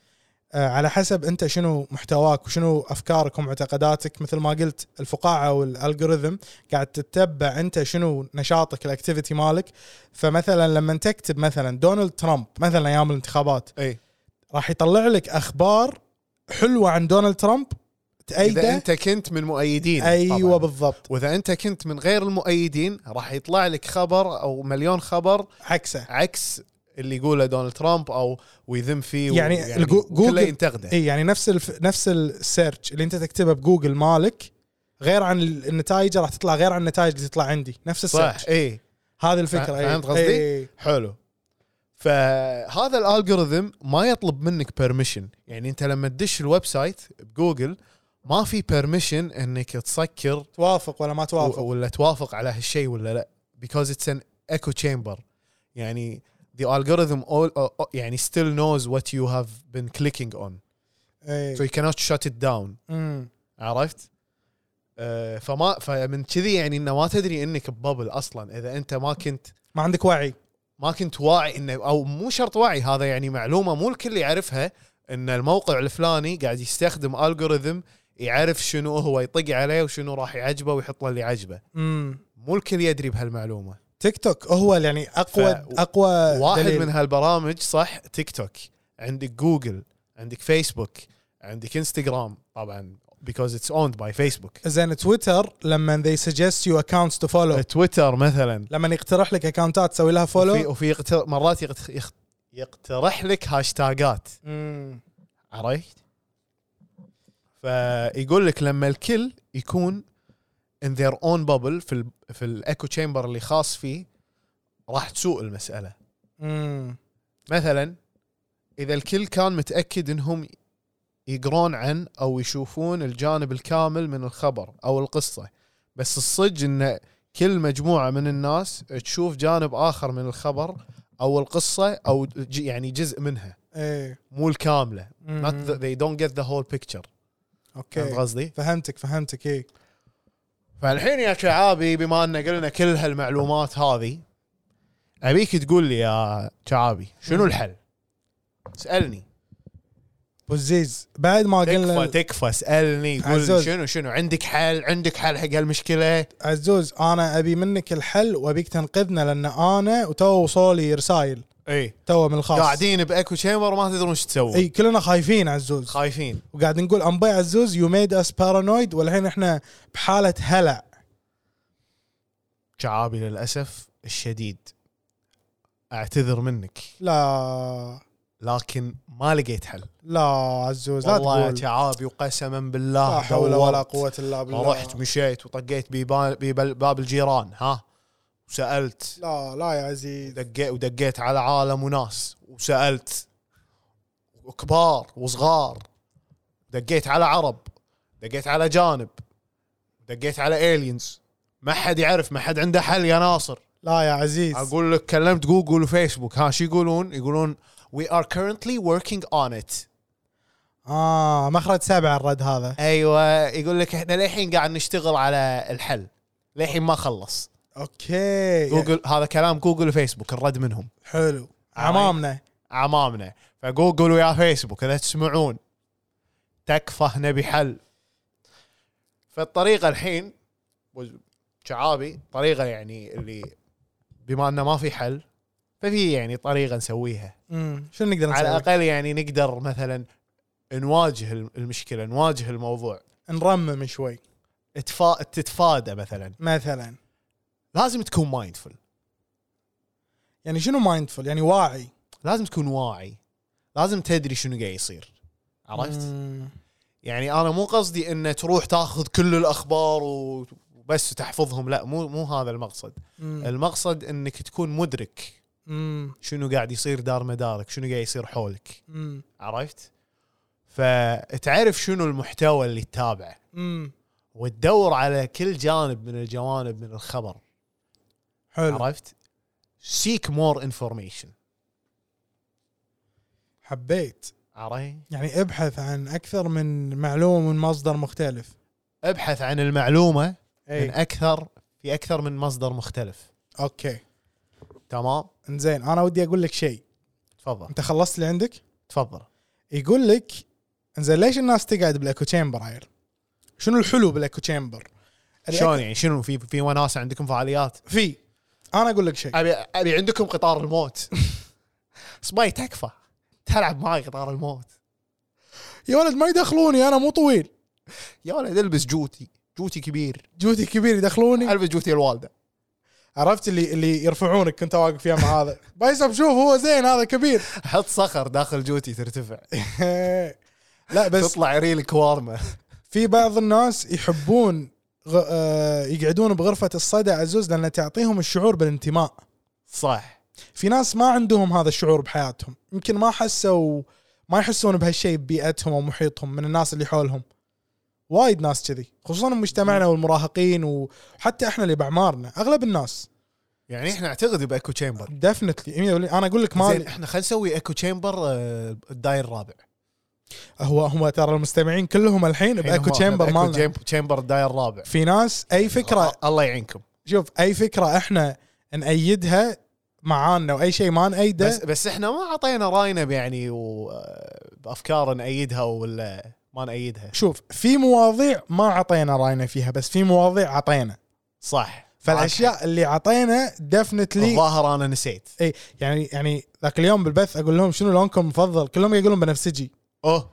C: آه، على حسب انت شنو محتواك وشنو افكارك ومعتقداتك مثل ما قلت الفقاعه والالغوريثم قاعد تتبع انت شنو نشاطك الاكتيفيتي مالك فمثلا لما تكتب مثلا دونالد ترامب مثلا ايام الانتخابات
B: اي
C: راح يطلع لك اخبار حلوه عن دونالد ترامب
B: اذا
C: تأيده
B: انت كنت من مؤيدين
C: ايوه
B: طبعاً.
C: بالضبط
B: واذا انت كنت من غير المؤيدين راح يطلع لك خبر او مليون خبر
C: عكسه
B: عكس اللي يقوله دونالد ترامب او ويذم فيه
C: يعني
B: كله
C: الجو- جوجل-
B: ينتقده
C: اي يعني نفس الف... نفس السيرش اللي انت تكتبه بجوجل مالك غير عن ال- النتائج راح تطلع غير عن النتائج اللي تطلع عندي نفس
B: صح
C: السيرش
B: اي
C: هذه إيه. الفكره
B: فا-
C: إي.
B: فهمت قصدي؟
C: إي.
B: حلو فهذا الالغوريثم ما يطلب منك بيرميشن يعني انت لما تدش الويب سايت بجوجل ما في بيرميشن انك تسكر
C: توافق ولا ما
B: و-
C: توافق
B: ولا توافق على هالشيء ولا لا because it's an echo chamber يعني the algorithm all, uh, يعني still knows what you have been clicking on
C: اي
B: so you cannot shut it down
C: امم
B: عرفت؟ آه، فما فمن كذي يعني انه ما تدري انك ببابل اصلا اذا انت ما كنت
C: ما عندك وعي
B: ما كنت واعي انه او مو شرط واعي هذا يعني معلومه مو الكل يعرفها ان الموقع الفلاني قاعد يستخدم الجوريثم يعرف شنو هو يطق عليه وشنو راح يعجبه ويحط له اللي عجبه
C: امم
B: مو الكل يدري بهالمعلومه
C: تيك توك هو يعني اقوى
B: ف-
C: اقوى
B: واحد
C: آه، دليل.
B: من هالبرامج صح تيك توك عندك جوجل عندك فيسبوك عندك انستغرام طبعا because it's owned by Facebook
C: زين تويتر لما they suggest you accounts to follow
B: تويتر مثلا
C: لما يقترح لك اكونتات تسوي لها
B: وفي,
C: فولو
B: وفي يقتر- مرات يقت- يخ- يقترح لك هاشتاجات
C: امم
B: عرفت؟ فيقول لك لما الكل يكون in their own bubble في ال في الايكو تشامبر اللي خاص فيه راح تسوء المساله مثلا اذا الكل كان متاكد انهم يقرون عن او يشوفون الجانب الكامل من الخبر او القصه بس الصج ان كل مجموعه من الناس تشوف جانب اخر من الخبر او القصه او ج- يعني جزء منها
C: ايه
B: مو الكامله not
C: مم.
B: the, they don't get the whole picture فهمت
C: اوكي
B: قصدي؟
C: فهمتك فهمتك ايه
B: فالحين يا شعابي بما ان قلنا كل هالمعلومات هذه ابيك تقول لي يا شعابي شنو الحل؟ اسالني
C: بوزيز بعد ما
B: تكفى
C: قلنا
B: تكفى اسالني قول لي
C: عزوز.
B: شنو شنو عندك حل عندك حل حق هالمشكله
C: عزوز انا ابي منك الحل وابيك تنقذنا لان انا وتو وصولي رسايل
B: اي
C: تو من الخاص
B: إيه. قاعدين باكو شيمبر ما تدرون ايش تسوون
C: اي كلنا خايفين عزوز
B: خايفين
C: وقاعد نقول انبي عزوز يو ميد اس بارانويد والحين احنا بحاله هلع
B: شعابي للاسف الشديد اعتذر منك
C: لا
B: لكن ما لقيت حل
C: لا عزوز لا
B: والله يا
C: تقول
B: شعابي وقسما بالله
C: لا حول ولا
B: دورت.
C: قوه الا بالله
B: رحت مشيت وطقيت بيبان- بيبال- باب الجيران ها وسالت
C: لا لا يا عزيز
B: دقيت ودقيت على عالم وناس وسالت وكبار وصغار دقيت على عرب دقيت على جانب دقيت على الينز ما حد يعرف ما حد عنده حل يا ناصر
C: لا يا عزيز
B: اقول لك كلمت جوجل وفيسبوك ها شو يقولون يقولون we are currently working on it
C: اه مخرج سبعه الرد هذا
B: ايوه يقول لك احنا للحين قاعد نشتغل على الحل للحين ما خلص
C: اوكي
B: جوجل هذا كلام جوجل وفيسبوك الرد منهم
C: حلو عمامنا
B: عمامنا فجوجل ويا فيسبوك اذا تسمعون تكفى نبي حل فالطريقه الحين وز- شعابي طريقه يعني اللي بما انه ما في حل ففي يعني طريقه نسويها
C: مم. شنو نقدر
B: على
C: نسوي؟
B: الاقل يعني نقدر مثلا نواجه الم- المشكله نواجه الموضوع
C: نرمم شوي
B: تفا... تتفادى مثلا
C: مثلا
B: لازم تكون مايندفول
C: يعني شنو مايندفول يعني واعي
B: لازم تكون واعي لازم تدري شنو قاعد يصير عرفت؟
C: مم.
B: يعني انا مو قصدي ان تروح تاخذ كل الاخبار و- وبس تحفظهم لا مو مو هذا المقصد
C: مم.
B: المقصد انك تكون مدرك
C: مم.
B: شنو قاعد يصير دار مدارك شنو قاعد يصير حولك
C: مم.
B: عرفت فتعرف شنو المحتوى اللي تتابعه
C: مم.
B: وتدور على كل جانب من الجوانب من الخبر
C: حلو
B: عرفت سيك مور انفورميشن
C: حبيت
B: عرفت
C: يعني ابحث عن اكثر من معلومه من مصدر مختلف إيه.
B: ابحث عن المعلومه من
C: اي
B: اكثر في اكثر من مصدر مختلف
C: اوكي
B: تمام
C: انزين انا ودي اقول لك شيء
B: تفضل
C: انت خلصت اللي عندك
B: تفضل
C: يقول لك انزين ليش الناس تقعد بالاكو تشامبر عيل شنو الحلو بالاكو تشامبر
B: شلون يعني شنو في في وناسه عندكم فعاليات
C: في انا اقول لك شيء
B: ابي ابي عندكم قطار الموت صبي تكفى تلعب معي قطار الموت
C: يا ولد ما يدخلوني انا مو طويل
B: يا ولد البس جوتي جوتي كبير
C: جوتي كبير يدخلوني
B: البس جوتي الوالده
C: عرفت اللي اللي يرفعونك كنت واقف يم هذا بايسب شوف هو زين هذا كبير
B: حط صخر داخل جوتي ترتفع
C: لا بس
B: تطلع ريلك وارمه
C: في بعض الناس يحبون غ... آه، يقعدون بغرفه الصدى عزوز لان تعطيهم الشعور بالانتماء
B: صح
C: في ناس ما عندهم هذا الشعور بحياتهم يمكن ما حسوا ما يحسون بهالشيء ببيئتهم او محيطهم من الناس اللي حولهم وايد ناس كذي خصوصا مجتمعنا والمراهقين وحتى احنا اللي باعمارنا اغلب الناس يعني
B: يعني احنا اعتقد باكو تشامبر
C: ديفنتلي انا اقول لك
B: زين
C: ما
B: احنا خلينا نسوي اكو تشامبر آه، الداير الرابع
C: هو هو ترى المستمعين كلهم الحين باكو تشامبر مالنا
B: تشامبر الداير الرابع
C: في ناس اي فكره
B: آه، الله يعينكم
C: شوف اي فكره احنا نأيدها معانا واي شيء ما نأيده
B: بس بس احنا ما اعطينا راينا يعني وافكار نأيدها ولا ما نأيدها
C: شوف في مواضيع ما عطينا راينا فيها بس في مواضيع عطينا
B: صح
C: فالاشياء اللي عطينا ديفنتلي
B: الظاهر انا نسيت
C: اي يعني يعني ذاك اليوم بالبث اقول لهم شنو لونكم المفضل كلهم يقولون بنفسجي
B: اوه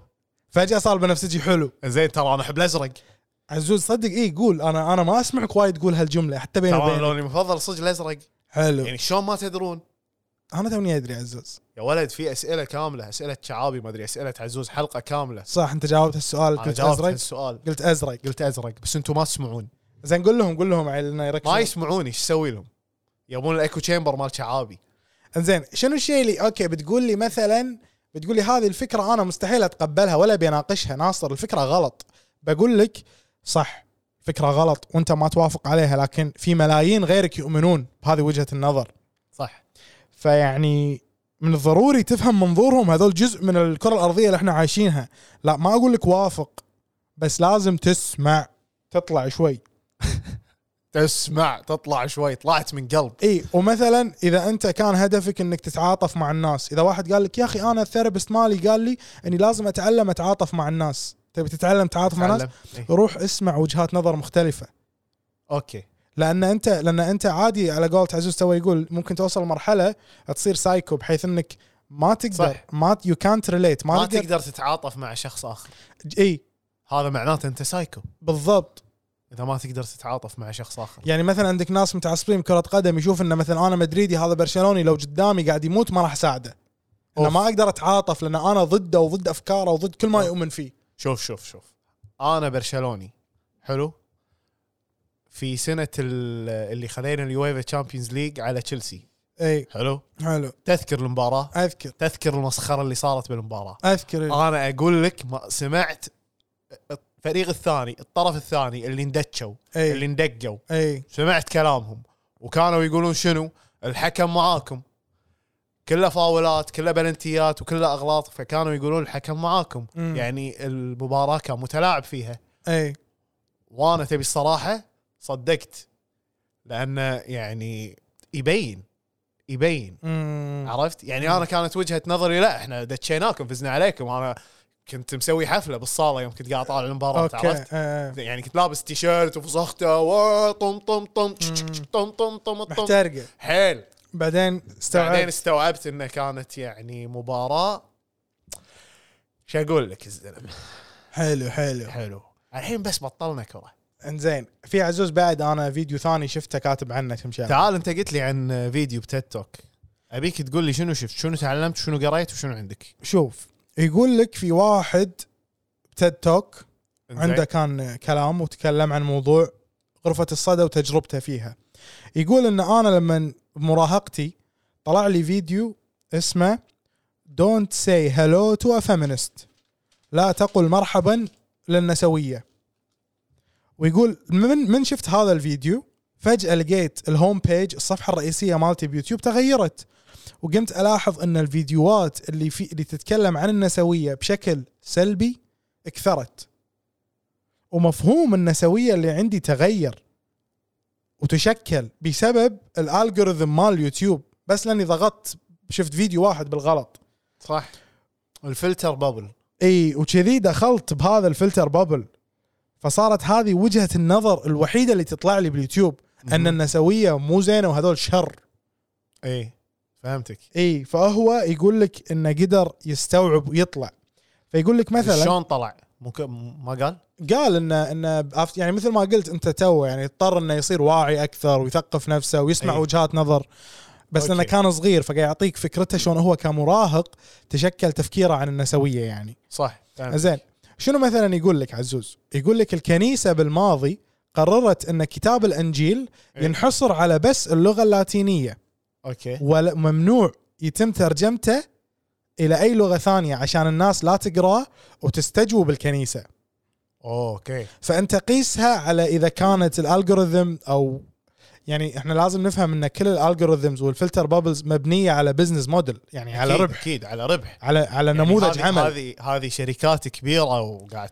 C: فجاه صار بنفسجي حلو
B: زين ترى انا احب الازرق
C: عزوز صدق اي قول انا انا ما اسمعك وايد تقول هالجمله حتى بيني
B: ترى أنا
C: وبينك
B: لوني المفضل صدق الازرق
C: حلو
B: يعني شلون ما تدرون
C: انا توني ادري عزوز
B: يا ولد في اسئله كامله اسئله شعابي ما ادري اسئله عزوز حلقه كامله
C: صح انت جاوبت السؤال
B: انا
C: قلت
B: جاوبت
C: ازرق
B: السؤال
C: قلت ازرق
B: قلت ازرق بس انتم ما تسمعون
C: زين قول لهم قول لهم عيل إنه يركزون.
B: ما يسمعوني ايش اسوي لهم؟ يبون الايكو تشامبر مال شعابي
C: زين شنو الشيء اللي اوكي بتقول لي مثلا بتقول لي هذه الفكره انا مستحيل اتقبلها ولا بيناقشها ناصر الفكره غلط بقول لك صح فكره غلط وانت ما توافق عليها لكن في ملايين غيرك يؤمنون بهذه وجهه النظر
B: صح
C: فيعني من الضروري تفهم منظورهم هذول جزء من الكره الارضيه اللي احنا عايشينها لا ما اقول لك وافق بس لازم تسمع تطلع شوي
B: تسمع تطلع شوي طلعت من قلب
C: اي ومثلا اذا انت كان هدفك انك تتعاطف مع الناس اذا واحد قال لك يا اخي انا الثيرابيست مالي قال لي اني لازم اتعلم اتعاطف مع الناس تبي تتعلم تتعاطف مع الناس
B: تعلم. إيه.
C: روح اسمع وجهات نظر مختلفه
B: اوكي
C: لان انت لان انت عادي على قولة عزوز تو يقول ممكن توصل مرحله تصير سايكو بحيث انك ما تقدر
B: صح.
C: ما يو كانت ريليت ما,
B: ما تقدر تتعاطف مع شخص اخر
C: اي
B: هذا معناته انت سايكو
C: بالضبط
B: اذا ما تقدر تتعاطف مع شخص اخر
C: يعني مثلا عندك ناس متعصبين كرة قدم يشوف انه مثلا انا مدريدي هذا برشلوني لو قدامي قاعد يموت ما راح اساعده انا
B: أوف.
C: ما اقدر اتعاطف لان انا ضده وضد افكاره وضد كل ما
B: أوف.
C: يؤمن فيه
B: شوف شوف شوف انا برشلوني حلو في سنه ال- اللي خذينا اليويفا تشامبيونز ليج على تشيلسي
C: اي
B: حلو
C: إيه، حلو
B: تذكر المباراه
C: اذكر
B: تذكر المسخره اللي صارت بالمباراه
C: اذكر آه.
B: انا اقول لك ما سمعت الفريق الثاني الطرف الثاني اللي اندتشوا
C: إي.
B: اللي اندقوا
C: اي
B: سمعت كلامهم وكانوا يقولون شنو الحكم معاكم كله فاولات كله بلنتيات وكله اغلاط فكانوا يقولون الحكم معاكم
C: مم.
B: يعني المباراه كان متلاعب فيها
C: اي
B: وانا تبي الصراحه صدقت لان يعني يبين يبين
C: أمم.
B: عرفت يعني انا كانت وجهه نظري لا احنا دشيناكم فزنا عليكم انا كنت مسوي حفله بالصاله يوم كنت قاعد اطالع المباراه
C: اوكي
B: عرفت
C: آه.
B: يعني كنت لابس تيشيرت وفسخته وا- طم طم طم تش- تش- تش- طم طم طم طم
C: محترقه
B: حيل
C: بعدين
B: بعدين
C: استوعبت
B: استوعبت انه كانت يعني مباراه شو اقول لك الزلمه
C: حلو حلو
B: حلو الحين بس بطلنا كره
C: انزين في عزوز بعد انا فيديو ثاني شفته كاتب عنه كم شيء
B: تعال انت قلت لي عن فيديو بتيد توك ابيك تقول لي شنو شفت شنو تعلمت شنو قريت وشنو عندك
C: شوف يقول لك في واحد تيد توك
B: إنزين.
C: عنده كان كلام وتكلم عن موضوع غرفة الصدى وتجربته فيها يقول ان انا لما بمراهقتي طلع لي فيديو اسمه Don't say hello to a feminist لا تقل مرحبا للنسوية ويقول من من شفت هذا الفيديو فجأة لقيت الهوم بيج الصفحة الرئيسية مالتي بيوتيوب تغيرت وقمت ألاحظ أن الفيديوهات اللي في اللي تتكلم عن النسوية بشكل سلبي اكثرت ومفهوم النسويه اللي عندي تغير وتشكل بسبب الالجوريثم مال اليوتيوب بس لاني ضغطت شفت فيديو واحد بالغلط
B: صح الفلتر بابل
C: اي وكذي دخلت بهذا الفلتر بابل فصارت هذه وجهه النظر الوحيده اللي تطلع لي باليوتيوب ان
B: مهم.
C: النسويه مو زينه وهذول شر
B: اي فهمتك
C: اي فهو يقول لك انه قدر يستوعب ويطلع فيقول لك مثلا
B: شلون طلع ممكن ما قال
C: قال انه انه بأف- يعني مثل ما قلت انت تو يعني اضطر انه يصير واعي اكثر ويثقف نفسه ويسمع
B: أي.
C: وجهات نظر بس
B: أوكي.
C: لانه كان صغير فقاعد يعطيك فكرته شلون هو كمراهق تشكل تفكيره عن النسويه يعني
B: صح فهمت.
C: زين شنو مثلا يقول لك عزوز يقول لك الكنيسه بالماضي قررت ان كتاب الانجيل
B: أي.
C: ينحصر على بس اللغه اللاتينيه
B: اوكي
C: وممنوع يتم ترجمته الى اي لغه ثانيه عشان الناس لا تقراه وتستجوب بالكنيسه
B: اوكي
C: فانت قيسها على اذا كانت الالجوريثم او يعني احنا لازم نفهم ان كل الالجوريثمز والفلتر بابلز مبنيه على بزنس موديل يعني على
B: أكيد-
C: ربح
B: اكيد على ربح
C: على على
B: يعني
C: نموذج
B: هذه-
C: عمل
B: هذه هذه شركات كبيره وقاعد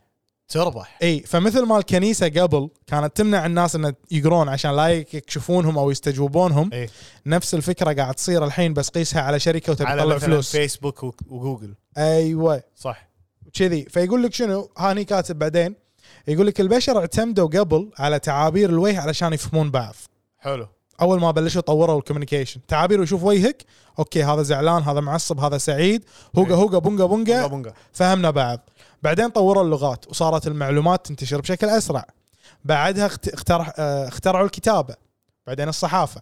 B: تربح
C: اي فمثل ما الكنيسه قبل كانت تمنع الناس ان يقرون عشان لا يكشفونهم او يستجوبونهم
B: اي
C: نفس الفكره قاعد تصير الحين بس قيسها على شركه وتبي
B: على
C: تطلع
B: مثلا
C: فلوس
B: فيسبوك و- وجوجل
C: ايوه
B: صح
C: كذي فيقول لك شنو هاني كاتب بعدين يقول لك البشر اعتمدوا قبل على تعابير الوجه علشان يفهمون بعض
B: حلو
C: اول ما بلشوا طوروا الكوميونيكيشن تعابير ويشوف وجهك اوكي هذا زعلان هذا معصب هذا سعيد هوجا
B: إيه.
C: هوجا بونجا
B: بونجا
C: بونجا
B: بونجا
C: فهمنا بعض بعدين طوروا اللغات وصارت المعلومات تنتشر بشكل اسرع بعدها اخت- اخترع آه، اخترعوا الكتابه بعدين الصحافه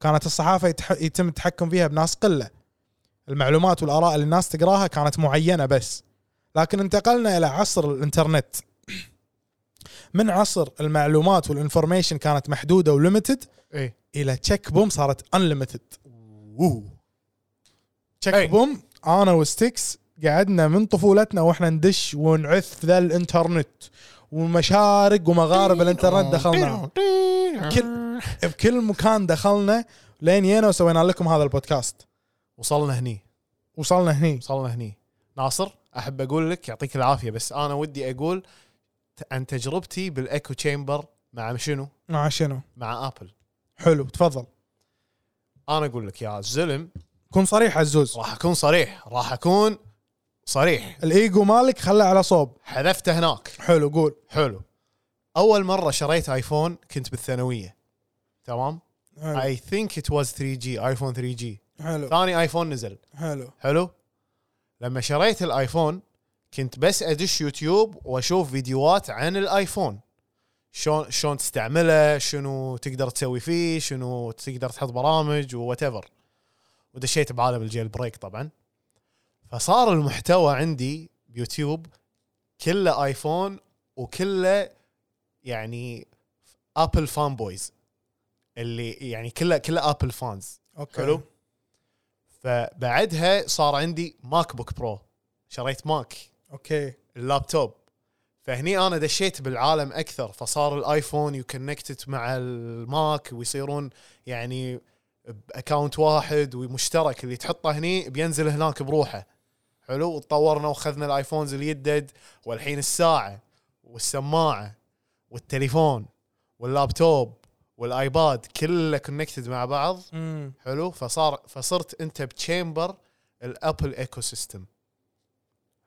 C: كانت الصحافه يتح... يتم التحكم فيها بناس قله المعلومات والاراء اللي الناس تقراها كانت معينه بس لكن انتقلنا الى عصر الانترنت من عصر المعلومات والانفورميشن كانت محدوده وليمتد
B: اي
C: الى تشيك بوم صارت انليمتد
B: ووه
C: تشيك
B: أي.
C: بوم انا وستيكس قعدنا من طفولتنا واحنا ندش ونعث في ذا الانترنت ومشارق
B: إيه.
C: ومغارب الانترنت
B: آه.
C: دخلنا كل- بكل مكان دخلنا لين جينا وسوينا لكم هذا البودكاست
B: وصلنا هني
C: وصلنا هني
B: وصلنا هني ناصر احب اقول لك يعطيك العافيه بس انا ودي اقول ت- عن تجربتي بالايكو تشامبر مع شنو؟
C: مع آه، شنو
B: مع ابل
C: حلو تفضل
B: انا اقول لك يا زلم
C: كن صريح عزوز
B: راح اكون صريح راح اكون صريح
C: الايجو مالك خله على صوب
B: حذفته هناك
C: حلو قول
B: حلو اول مره شريت ايفون كنت بالثانويه تمام
C: حلو
B: اي ثينك ات واز 3 جي ايفون 3 جي
C: حلو
B: ثاني ايفون نزل
C: حلو
B: حلو لما شريت الايفون كنت بس ادش يوتيوب واشوف فيديوهات عن الايفون شلون شلون تستعمله شنو تقدر تسوي فيه شنو تقدر تحط برامج وات ايفر ودشيت بعالم الجيل بريك طبعا فصار المحتوى عندي بيوتيوب كله ايفون وكله يعني ابل فان بويز اللي يعني كله كله ابل فانز
C: اوكي
B: حلو فبعدها صار عندي ماك بوك برو شريت ماك
C: اوكي
B: اللابتوب فهني انا دشيت بالعالم اكثر فصار الايفون يكونكتد مع الماك ويصيرون يعني باكونت واحد ومشترك اللي تحطه هني بينزل هناك بروحه حلو وتطورنا واخذنا الايفونز اليدد والحين الساعه والسماعه والتليفون واللابتوب والايباد كله كونكتد مع بعض
C: امم
B: حلو فصار فصرت انت بتشامبر الابل ايكو سيستم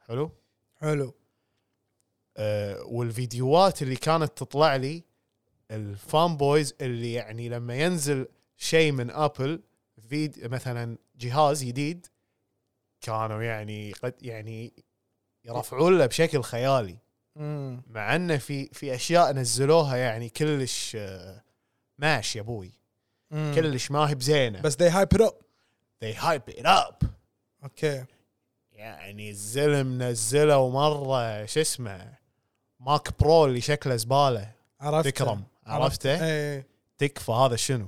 B: حلو
C: حلو
B: أه والفيديوهات اللي كانت تطلع لي الفان بويز اللي يعني لما ينزل شيء من ابل فيد مثلا جهاز جديد كانوا يعني قد يعني يرفعون له بشكل خيالي
C: امم
B: مع انه في في اشياء نزلوها يعني كلش آه، ماش يا ابوي كلش ما هي بزينه
C: بس they hype it up
B: they hype it up
C: اوكي
B: يعني الزلم نزله مره شو اسمه ماك برو اللي شكله زباله
C: عرفت
B: تكرم عرفته
C: ايه
B: تكفى هذا شنو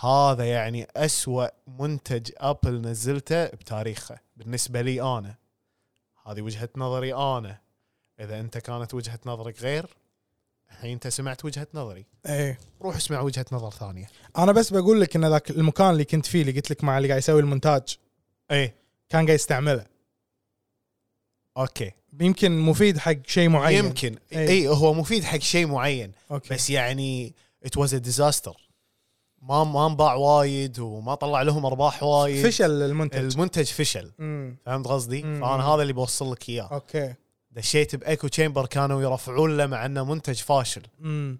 B: هذا يعني أسوأ منتج ابل نزلته بتاريخه بالنسبه لي انا هذه وجهه نظري انا اذا انت كانت وجهه نظرك غير الحين انت سمعت وجهه نظري
C: ايه
B: روح اسمع وجهه نظر ثانيه
C: انا بس بقول لك ان ذاك المكان اللي كنت فيه اللي قلت لك مع اللي قاعد يسوي المونتاج
B: ايه
C: كان قاعد يستعمله
B: اوكي
C: يمكن مفيد حق شيء معين
B: يمكن
C: إيه.
B: اي إيه هو مفيد حق شيء معين
C: اوكي
B: بس يعني ات واز ديزاستر ما ما انباع وايد وما طلع لهم ارباح وايد
C: فشل المنتج
B: المنتج فشل
C: امم
B: فهمت قصدي؟
C: مم.
B: فانا هذا اللي بوصل لك اياه
C: اوكي
B: دشيت بايكو تشامبر كانوا يرفعون له مع انه منتج فاشل
C: امم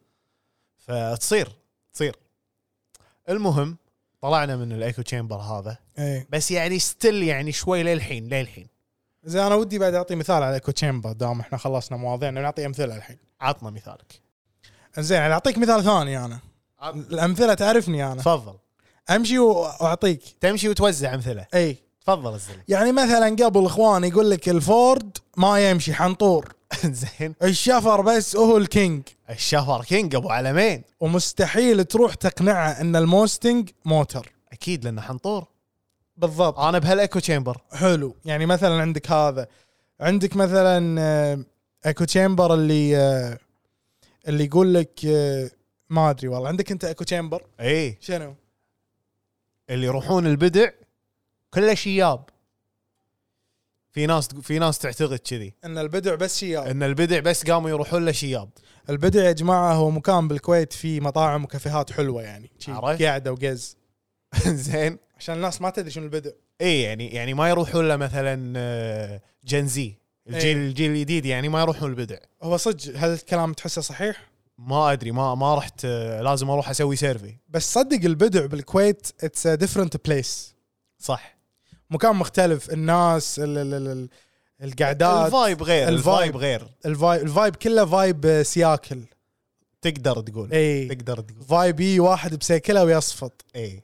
B: فتصير تصير المهم طلعنا من الايكو تشامبر هذا
C: ايه
B: بس يعني ستيل يعني شوي للحين للحين
C: زين انا ودي بعد اعطي مثال على ايكو تشامبر دام احنا خلصنا مواضيعنا نعطي امثله الحين
B: عطنا مثالك
C: زين يعني اعطيك مثال ثاني انا الامثله تعرفني انا
B: تفضل
C: امشي واعطيك
B: تمشي وتوزع امثله
C: اي
B: تفضل الزلمه
C: إيه. يعني مثلا قبل اخوان يقول لك الفورد ما يمشي حنطور
B: زين
C: الشفر بس هو الكينج
B: الشفر كينج ابو علمين
C: ومستحيل تروح تقنعه ان الموستنج موتر
B: اكيد لانه حنطور
C: بالضبط
B: انا بهالايكو تشامبر
C: حلو يعني مثلا عندك هذا عندك مثلا آه، ايكو تشامبر اللي آه، اللي يقول لك آه، ما ادري والله عندك انت ايكو تشامبر
B: اي
C: شنو
B: اللي يروحون البدع كله شياب في ناس في ناس تعتقد كذي
C: ان البدع بس شياب
B: ان البدع بس قاموا يروحون له شياب
C: البدع يا جماعه هو مكان بالكويت فيه مطاعم وكافيهات حلوه يعني شي
B: عرفت؟
C: قاعده وقز
B: زين
C: عشان الناس ما تدري شنو البدع
B: اي يعني يعني ما يروحون له مثلا جنزي الجيل
C: إيه.
B: الجيل الجديد يعني ما يروحون البدع
C: هو صدق هل الكلام تحسه صحيح؟
B: ما ادري ما ما رحت آه، لازم اروح اسوي سيرفي
C: بس صدق البدع بالكويت اتس ديفرنت بليس
B: صح
C: مكان مختلف الناس ال ال ال ال القعدات
B: الفايب غير الفايب
C: الفايب.
B: غير
C: الفايب, الفايب كله فايب آه، سياكل
B: تقدر تقول
C: اي
B: تقدر تقول
C: فايب يي واحد بسيكله ويصفط
B: اي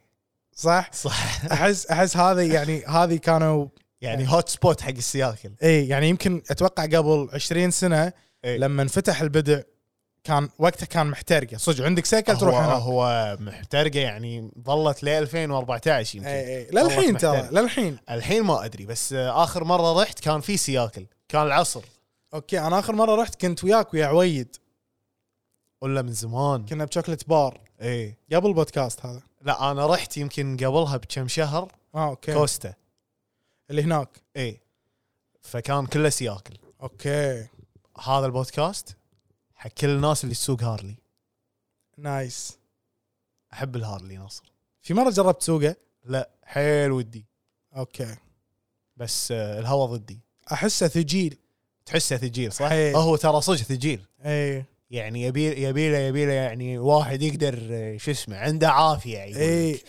C: صح؟
B: إيه. صح
C: احس احس هذا يعني هذه كانوا إيه،
B: يعني هوت سبوت حق السياكل
C: اي يعني يمكن اتوقع قبل 20 سنه
B: إي.
C: لما انفتح البدع كان وقتها كان محترقه صدق عندك سيكل تروح
B: هو,
C: هناك
B: هو محترقه يعني ظلت ل 2014 يمكن
C: اي اي إيه، للحين
B: والله
C: ترى
B: محترق. إيه.
C: للحين
B: الحين ما ادري بس آه، اخر مره رحت كان في سياكل كان العصر
C: اوكي انا اخر مره رحت كنت وياك ويا عويد
B: ولا من زمان
C: كنا بشوكلت بار
B: اي
C: قبل البودكاست هذا
B: لا انا رحت يمكن قبلها بكم شهر
C: اه اوكي كوست.
B: كوستا
C: اللي هناك
B: اي فكان كله سياكل
C: اوكي
B: هذا البودكاست حق كل الناس اللي تسوق هارلي
C: نايس
B: احب الهارلي ناصر
C: في مره جربت سوقه
B: لا حيل ودي
C: اوكي
B: بس آه، الهوا ضدي
C: احسه ثجيل
B: تحسه ثجيل صح؟
C: حيل.
B: هو ترى صدق ثجيل
C: اي
B: يعني يبي يبي له يبي له يعني واحد يقدر آه، شو اسمه عنده عافيه يعني
C: اي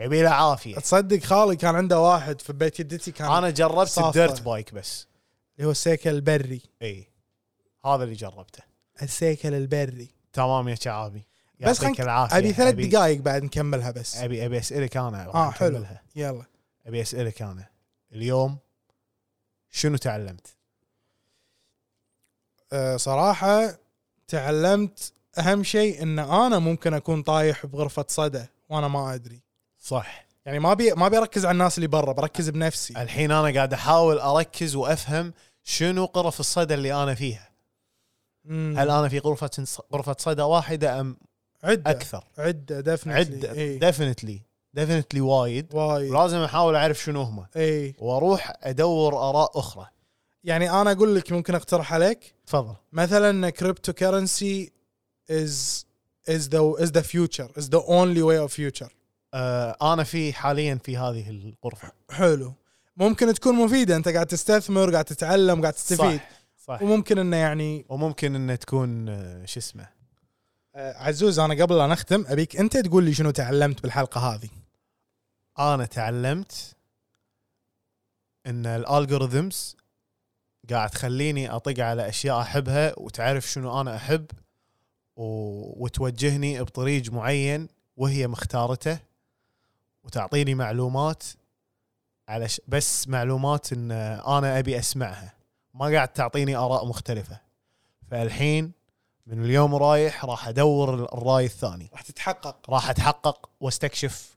B: يبي له عافيه
C: إيه. تصدق خالي كان عنده واحد في بيت جدتي كان
B: انا جربت
C: صافة.
B: الديرت بايك بس
C: اللي هو السيكل البري
B: اي هذا اللي جربته
C: السيكل البري
B: تمام يا شعابي
C: بس
B: يعطيك
C: خلك-
B: العافيه
C: ابي ثلاث
B: أبي-
C: دقائق بعد نكملها بس
B: ابي ابي اسالك انا
C: اه حلو
B: أكملها.
C: يلا
B: ابي اسالك انا اليوم شنو تعلمت؟
C: أه صراحه تعلمت اهم شيء ان انا ممكن اكون طايح بغرفه صدى وانا ما ادري
B: صح
C: يعني ما بي ما بركز على الناس اللي برا بركز بنفسي
B: الحين انا قاعد احاول اركز وافهم شنو قرف الصدى اللي انا فيها؟
C: مم.
B: هل انا في غرفه غرفه صدى واحده ام
C: عده
B: اكثر؟
C: عده
B: عده
C: دفنتلي اي
B: ديفنتلي ديفنتلي وايد
C: إيه. وايد إيه.
B: ولازم احاول اعرف شنو هم
C: اي
B: واروح ادور اراء اخرى
C: يعني انا اقول لك ممكن اقترح عليك
B: تفضل
C: مثلا كريبتو كرنسي از از ذا از ذا فيوتشر از ذا اونلي واي اوف فيوتشر
B: آه انا في حاليا في هذه الغرفه
C: حلو ممكن تكون مفيده انت قاعد تستثمر قاعد تتعلم قاعد تستفيد
B: صح صح
C: وممكن انه يعني
B: وممكن انها تكون آه، شو اسمه
C: آه، عزوز انا قبل لا نختم ابيك انت تقول لي شنو تعلمت بالحلقه هذه
B: انا تعلمت ان الالغوريثمز قاعد تخليني اطق على اشياء احبها وتعرف شنو انا احب و... وتوجهني بطريق معين وهي مختارته وتعطيني معلومات على ش... بس معلومات ان انا ابي اسمعها ما قاعد تعطيني اراء مختلفه فالحين من اليوم رايح راح ادور الراي الثاني
C: راح تتحقق
B: راح اتحقق واستكشف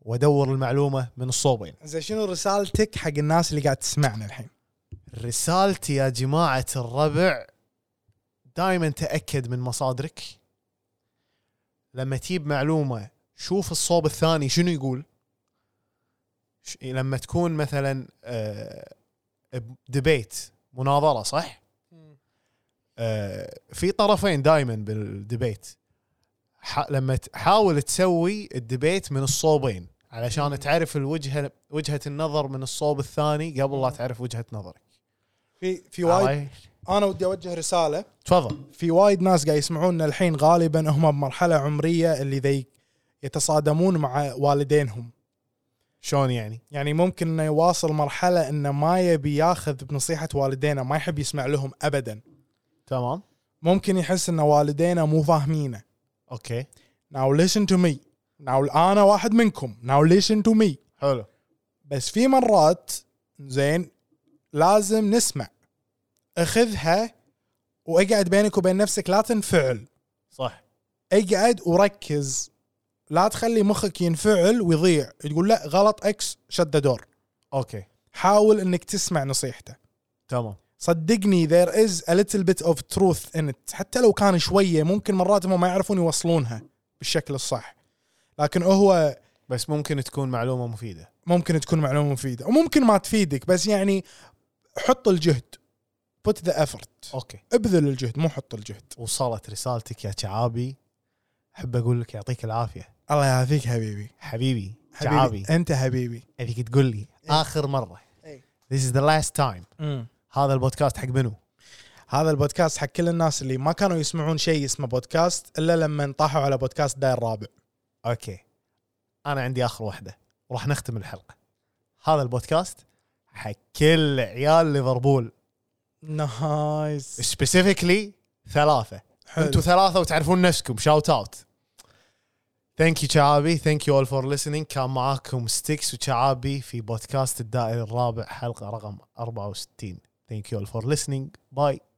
B: وادور المعلومه من الصوبين.
C: زين شنو رسالتك حق الناس اللي قاعد تسمعنا الحين
B: رسالتي يا جماعه الربع دائما تاكد من مصادرك. لما تجيب معلومه شوف الصوب الثاني شنو يقول. ش- لما تكون آه، مثلا دبيت مناظره صح؟ آه، في طرفين دائما بالدبيت ح- لما تحاول تسوي الدبيت من الصوبين
C: مم.
B: علشان تعرف الوجهه وجهه النظر من الصوب الثاني قبل لا
C: مم.
B: تعرف وجهه نظرك
C: في في وايد
B: عرفت؟
C: انا ودي اوجه رساله
B: تفضل
C: في وايد ناس قاعد يسمعونا الحين غالبا هم بمرحله عمريه اللي ذي يتصادمون مع والدينهم
B: شلون يعني
C: يعني ممكن انه يواصل مرحله انه ما يبي ياخذ بنصيحه والدينه ما يحب يسمع لهم ابدا
B: تمام
C: ممكن يحس ان والدينه مو فاهمينه
B: اوكي
C: now listen to me now انا واحد منكم now listen to me
B: حلو
C: بس في مرات زين لازم نسمع اخذها واقعد بينك وبين نفسك لا تنفعل
B: صح
C: اقعد وركز لا تخلي مخك ينفعل ويضيع تقول لا غلط اكس شد دور
B: اوكي
C: حاول انك تسمع نصيحته
B: تمام
C: صدقني there is a little bit of truth in it حتى لو كان شوية ممكن مرات هم ما يعرفون يوصلونها بالشكل الصح لكن هو
B: بس ممكن تكون معلومه مفيده
C: ممكن تكون معلومة مفيدة وممكن ما تفيدك بس يعني حط الجهد put the effort
B: اوكي
C: ابذل الجهد مو حط الجهد
B: وصلت رسالتك يا شعابي احب اقول لك يعطيك العافيه
C: الله يعافيك حبيبي
B: حبيبي
C: حبيبي
B: شعابي
C: انت حبيبي
B: ابيك تقول لي اخر مره
C: إيه.
B: This is the last time
C: مم.
B: هذا البودكاست حق منو؟
C: هذا البودكاست حق كل الناس اللي ما كانوا يسمعون شيء اسمه بودكاست الا لما طاحوا على بودكاست داير الرابع
B: اوكي انا عندي اخر واحده وراح نختم الحلقه هذا البودكاست حق كل عيال ليفربول
C: نايس
B: سبيسيفيكلي ثلاثه انتم
C: حلو
B: ثلاثه وتعرفون نفسكم شاوت اوت ثانك يو شعابي ثانك يو اول فور listening كان معاكم ستيكس وشعابي في بودكاست الدائري الرابع حلقه رقم 64 ثانك يو اول فور listening باي